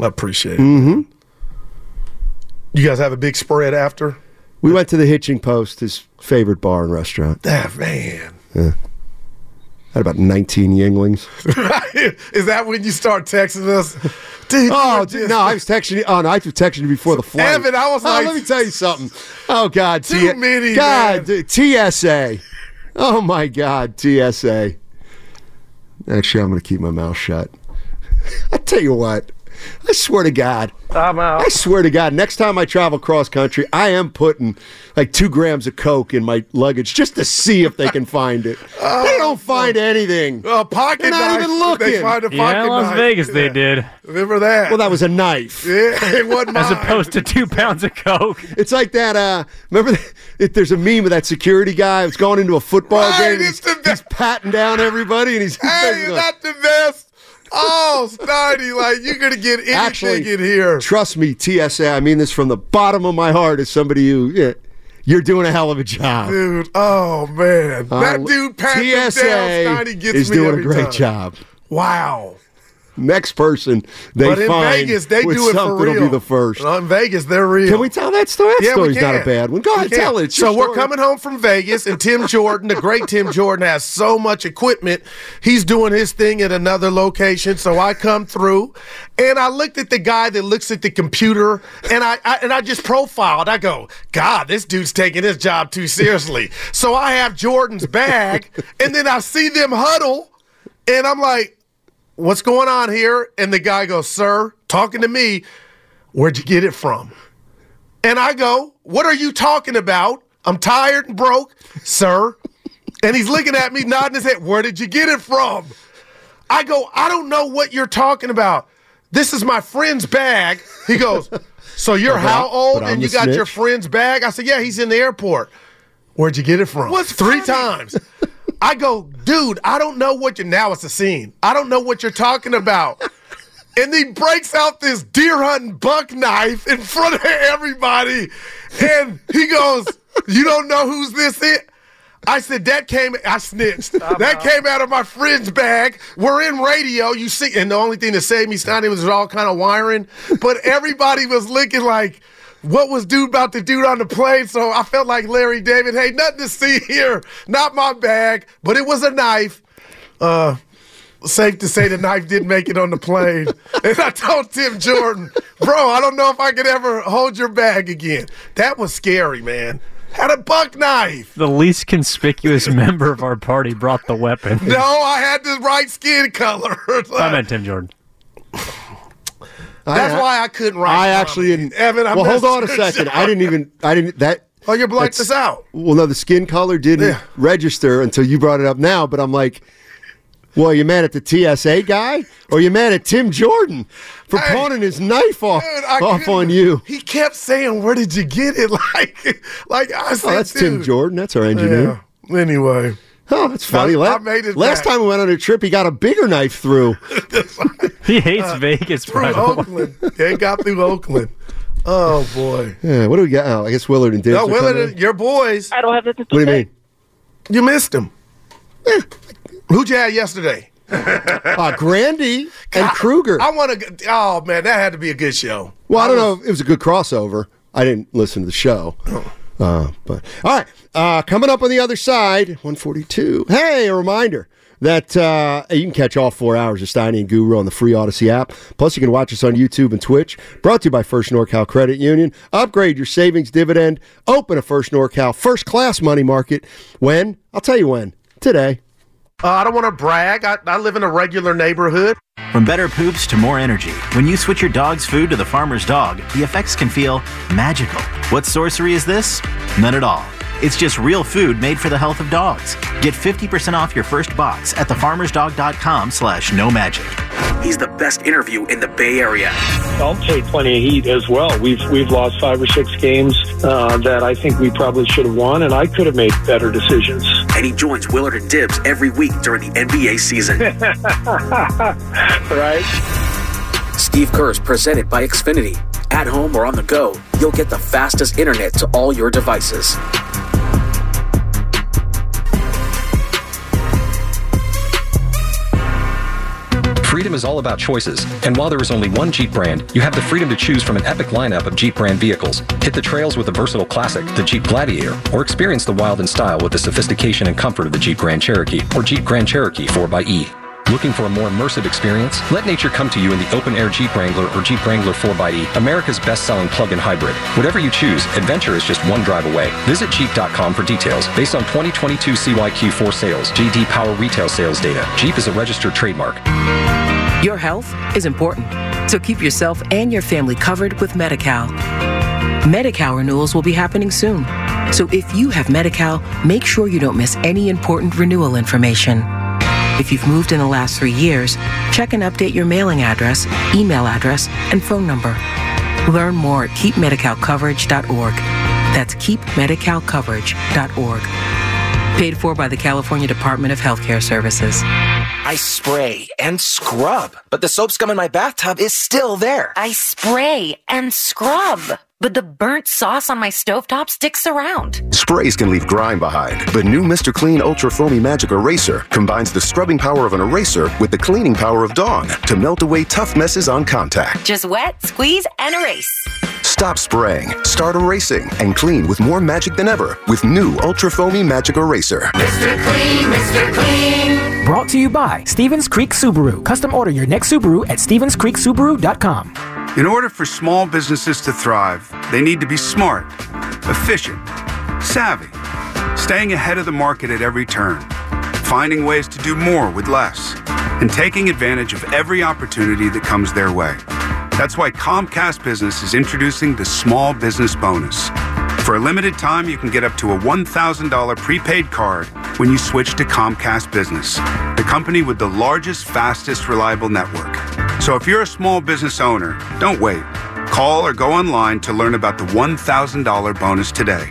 Speaker 6: I appreciate it.
Speaker 5: hmm
Speaker 6: You guys have a big spread after.
Speaker 5: We went to the Hitching Post, his favorite bar and restaurant.
Speaker 6: Ah, man.
Speaker 5: Yeah. Had about 19 Yinglings.
Speaker 6: (laughs) Is that when you start texting us? Dude,
Speaker 5: (laughs) oh, dude, no, I was texting you. Oh, no, I was texting you before the flight.
Speaker 6: Evan, I was
Speaker 5: Oh,
Speaker 6: like-
Speaker 5: let me tell you something. Oh, God.
Speaker 6: Too many,
Speaker 5: God, dude, TSA. Oh, my God, TSA. Actually, I'm going to keep my mouth shut. (laughs) I tell you what, I swear to God.
Speaker 8: I'm out.
Speaker 5: I swear to God, next time I travel cross country, I am putting like two grams of Coke in my luggage just to see if they can find
Speaker 6: (laughs)
Speaker 5: it.
Speaker 6: Oh,
Speaker 5: they don't find anything.
Speaker 6: A uh, pocket
Speaker 5: They're not
Speaker 6: knife.
Speaker 5: even looking.
Speaker 6: They find a pocket
Speaker 1: yeah, Las
Speaker 6: knife.
Speaker 1: Vegas they did.
Speaker 6: Remember that?
Speaker 5: Well, that was a knife.
Speaker 6: Yeah, it wasn't
Speaker 1: As
Speaker 6: mine.
Speaker 1: opposed to two pounds of (laughs) coke.
Speaker 5: It's like that. Uh, remember, that, if there's a meme of that security guy who's going into a football
Speaker 6: Right,
Speaker 5: game. and He's, he's patting down everybody, and he's (laughs)
Speaker 6: Hey, you're not the best. Oh, Steiny, like you're gonna get anything
Speaker 5: actually
Speaker 6: in here.
Speaker 5: Trust me, TSA. I mean this from the bottom of my heart. As somebody who yeah, You're doing a hell of a job.
Speaker 6: Dude, oh man,
Speaker 5: Uh,
Speaker 6: that dude Pat
Speaker 5: TSA
Speaker 6: Steiny gets
Speaker 5: is
Speaker 6: me
Speaker 5: doing a
Speaker 6: every
Speaker 5: great
Speaker 6: time.
Speaker 5: job.
Speaker 6: Wow.
Speaker 5: Next person they
Speaker 6: but in
Speaker 5: find
Speaker 6: Vegas, they
Speaker 5: with
Speaker 6: do it for
Speaker 5: something
Speaker 6: real.
Speaker 5: will be the first.
Speaker 6: In Vegas, they're real.
Speaker 5: Can we tell that story? That
Speaker 6: yeah, we
Speaker 5: story's not
Speaker 6: can.
Speaker 5: a bad one. Go
Speaker 6: We
Speaker 5: ahead,
Speaker 6: can.
Speaker 5: tell it. It's
Speaker 6: So
Speaker 5: your
Speaker 6: we're
Speaker 5: story.
Speaker 6: coming home from Vegas, and Tim Jordan, the great Tim Jordan, has so much equipment. He's doing his thing at another location. So I come through, and I looked at the guy that looks at the computer, and I, I and I just profiled. I go, God, this dude's taking his job too seriously. so I have Jordan's bag, and then I see them huddle, and I'm like, What's going on here? And the guy goes, Sir, talking to me. Where'd you get it from? And I go, What are you talking about? I'm tired and broke, sir. And he's looking at me, nodding his head, Where did you get it from? I go, I don't know what you're talking about. This is my friend's bag. He goes, So you're
Speaker 25: But I-
Speaker 6: how old
Speaker 25: but I'm
Speaker 6: and you
Speaker 25: the
Speaker 6: got your
Speaker 25: snitch.
Speaker 6: friend's bag? I said, Yeah, he's in the airport. Where'd you get it from? What's three times? I go, dude, I don't know what you're now it's a scene. I don't know what you're talking about. And he breaks out this deer hunting buck knife in front of everybody. And he goes, You don't know who's this is? I said, that came, I snitched. that came out of my friend's bag. We're in radio, you see. And the only thing that saved me standing was all kind of wiring. But everybody was looking like, what was dude about to do on the plane? So I felt like Larry David. Hey, nothing to see here. Not my bag, but it was a knife. Uh, safe to say the knife didn't make it on the plane. (laughs) and I told Tim Jordan, bro, I don't know if I could ever hold your bag again. That was scary, man. Had a buck knife.
Speaker 7: The least conspicuous member of our party brought the weapon.
Speaker 6: No, I had the right skin color. (laughs)
Speaker 7: I meant Tim Jordan. (laughs)
Speaker 6: That's why I couldn't write.
Speaker 5: I actually didn't.
Speaker 6: Evan, I
Speaker 5: well, hold
Speaker 6: messed
Speaker 5: on a
Speaker 6: your
Speaker 5: second.
Speaker 6: job.
Speaker 5: I didn't even. I didn't. That.
Speaker 6: Oh, you blanked
Speaker 5: that's-
Speaker 6: us out.
Speaker 5: Well, no, the skin color didn't
Speaker 6: Yeah.
Speaker 5: register until you brought it up now. But I'm like, well, you mad at the TSA guy, or you mad at Tim Jordan for pawning his knife off
Speaker 6: Dude, I
Speaker 5: off
Speaker 6: couldn't-
Speaker 5: on you?
Speaker 6: He kept saying, "Where did you get it?" (laughs) Like, like I
Speaker 5: Oh,
Speaker 6: said,
Speaker 5: that's Tim
Speaker 6: dude,
Speaker 5: Jordan. That's our engineer.
Speaker 6: Anyway.
Speaker 5: (laughs) Oh, that's funny.
Speaker 6: I-
Speaker 5: La-
Speaker 6: I made it
Speaker 5: Last
Speaker 6: back.
Speaker 5: time we went on a trip, he got a bigger knife
Speaker 6: (laughs)
Speaker 5: through.
Speaker 7: he hates Vegas.
Speaker 6: through Oakland. yeah, he got through Oakland. Oh boy.
Speaker 5: Yeah, what do we got? Oh, I guess Willard and Dave.
Speaker 6: No, Willard, your boys. I don't have nothing
Speaker 5: What do you
Speaker 6: (laughs)
Speaker 5: mean?
Speaker 6: You missed him. Who'd you have yesterday? uh,
Speaker 5: Ah, Grandy and Kruger.
Speaker 6: I want to. Oh man, that had to be a good show.
Speaker 5: Well, I don't know. if It was a good crossover. I didn't listen to the show. Uh, but all right, uh, coming up on the other side, 142. Hey, a reminder that uh, you can catch all four hours of Steiny and Guru on the free Odyssey app. Plus, you can watch us on YouTube and Twitch. Brought to you by First NorCal Credit Union. Upgrade your savings dividend. Open a First NorCal first class money market. When? I'll tell you when. Today.
Speaker 6: Uh, I don't want to brag. I, I live in a regular neighborhood.
Speaker 4: From better poops to more energy, when you switch your dog's food to the farmer's dog, the effects can feel magical. What sorcery is this? None at all. It's just real food made for the health of dogs. Get 50% off your first box at thefarmersdog.com slash no magic.
Speaker 22: He's the best interview in the Bay Area.
Speaker 8: I'll take plenty of heat as well. We've we've lost five or six games uh, that I think we probably should have won, and I could have made better decisions.
Speaker 22: And he joins Willard and Dibbs every week during the NBA season. right? (laughs) Steve Kerr is presented by Xfinity. At home or on the go, you'll get the fastest internet to all your devices.
Speaker 32: Freedom is all about choices, and while there is only one Jeep brand, you have the freedom to choose from an epic lineup of Jeep brand vehicles. Hit the trails with the versatile classic, the Jeep Gladiator, or experience the wild in style with the sophistication and comfort of the Jeep Grand Cherokee or Jeep Grand Cherokee 4xE. Looking for a more immersive experience? Let nature come to you in the open-air Jeep Wrangler or Jeep Wrangler 4xE, America's best-selling plug-in hybrid. Whatever you choose, adventure is just one drive away. Visit Jeep.com for details. Based on 2022 CYQ4 sales, JD Power retail sales data. Jeep is a registered trademark.
Speaker 33: Your health is important, so keep yourself and your family covered with Medi-Cal. Medi-Cal renewals will be happening soon, so if you have Medi-Cal, make sure you don't miss any important renewal information. If you've moved in the last three years, check and update your mailing address, email address, and phone number. Learn more at keepmedicalcoverage.org. That's keepmedicalcoverage.org. Paid for by the California Department of Healthcare Services.
Speaker 34: I spray and scrub, but the soap scum in my bathtub is still there.
Speaker 35: I spray and scrub,
Speaker 27: but the burnt sauce on my stovetop sticks around.
Speaker 36: Sprays can leave grime behind, but new Mr. Clean Ultra Foamy Magic Eraser combines the scrubbing power of an eraser with the cleaning power of Dawn to melt away tough messes on contact.
Speaker 27: Just wet, squeeze, and erase.
Speaker 36: Stop spraying, start erasing, and clean with more magic than ever with new Ultra Foamy Magic Eraser.
Speaker 37: Mr. Clean, Mr. Clean.
Speaker 38: Brought to you by Stevens Creek Subaru. Custom order your next Subaru at StevensCreekSubaru.com.
Speaker 24: In order for small businesses to thrive, they need to be smart, efficient, savvy, staying ahead of the market at every turn, finding ways to do more with less, and taking advantage of every opportunity that comes their way. That's why Comcast Business is introducing the Small Business Bonus. For a limited time, you can get up to a $1,000 prepaid card when you switch to Comcast Business, the company with the largest, fastest, reliable network. So if you're a small business owner, don't wait. Call or go online to learn about the $1,000 bonus today.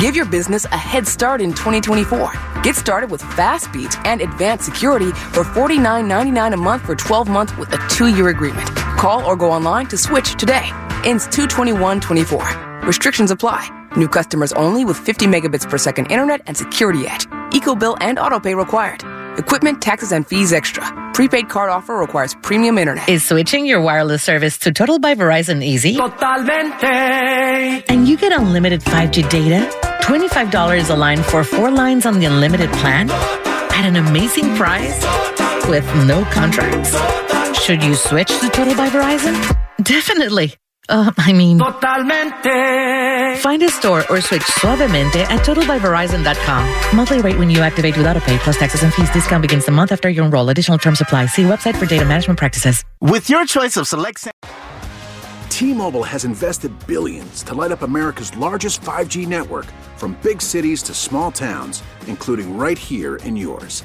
Speaker 39: Give your business a head start in 2024. Get started with FastBeat and Advanced Security for $49.99 a month for 12 months with a two-year agreement. Call or go online to switch today. Ends 22124. Restrictions apply. New customers only with 50 megabits per second internet and security edge. Eco bill and auto pay required. Equipment, taxes, and fees extra. Prepaid card offer requires premium internet.
Speaker 40: Is switching your wireless service to Total by Verizon easy? Totalmente. And you get unlimited 5G data, $25 a line for four lines on the unlimited plan at an amazing price with no contracts. Should you switch to Total by Verizon? Definitely. Uh, I mean, totalmente. Find a store or switch suavemente at totalbyverizon.com. Monthly rate when you activate without a pay plus taxes and fees. Discount begins the month after you enroll. Additional terms apply. See website for data management practices.
Speaker 41: With your choice of select. Sa-
Speaker 25: T-Mobile has invested billions to light up America's largest 5G network from big cities to small towns, including right here in yours.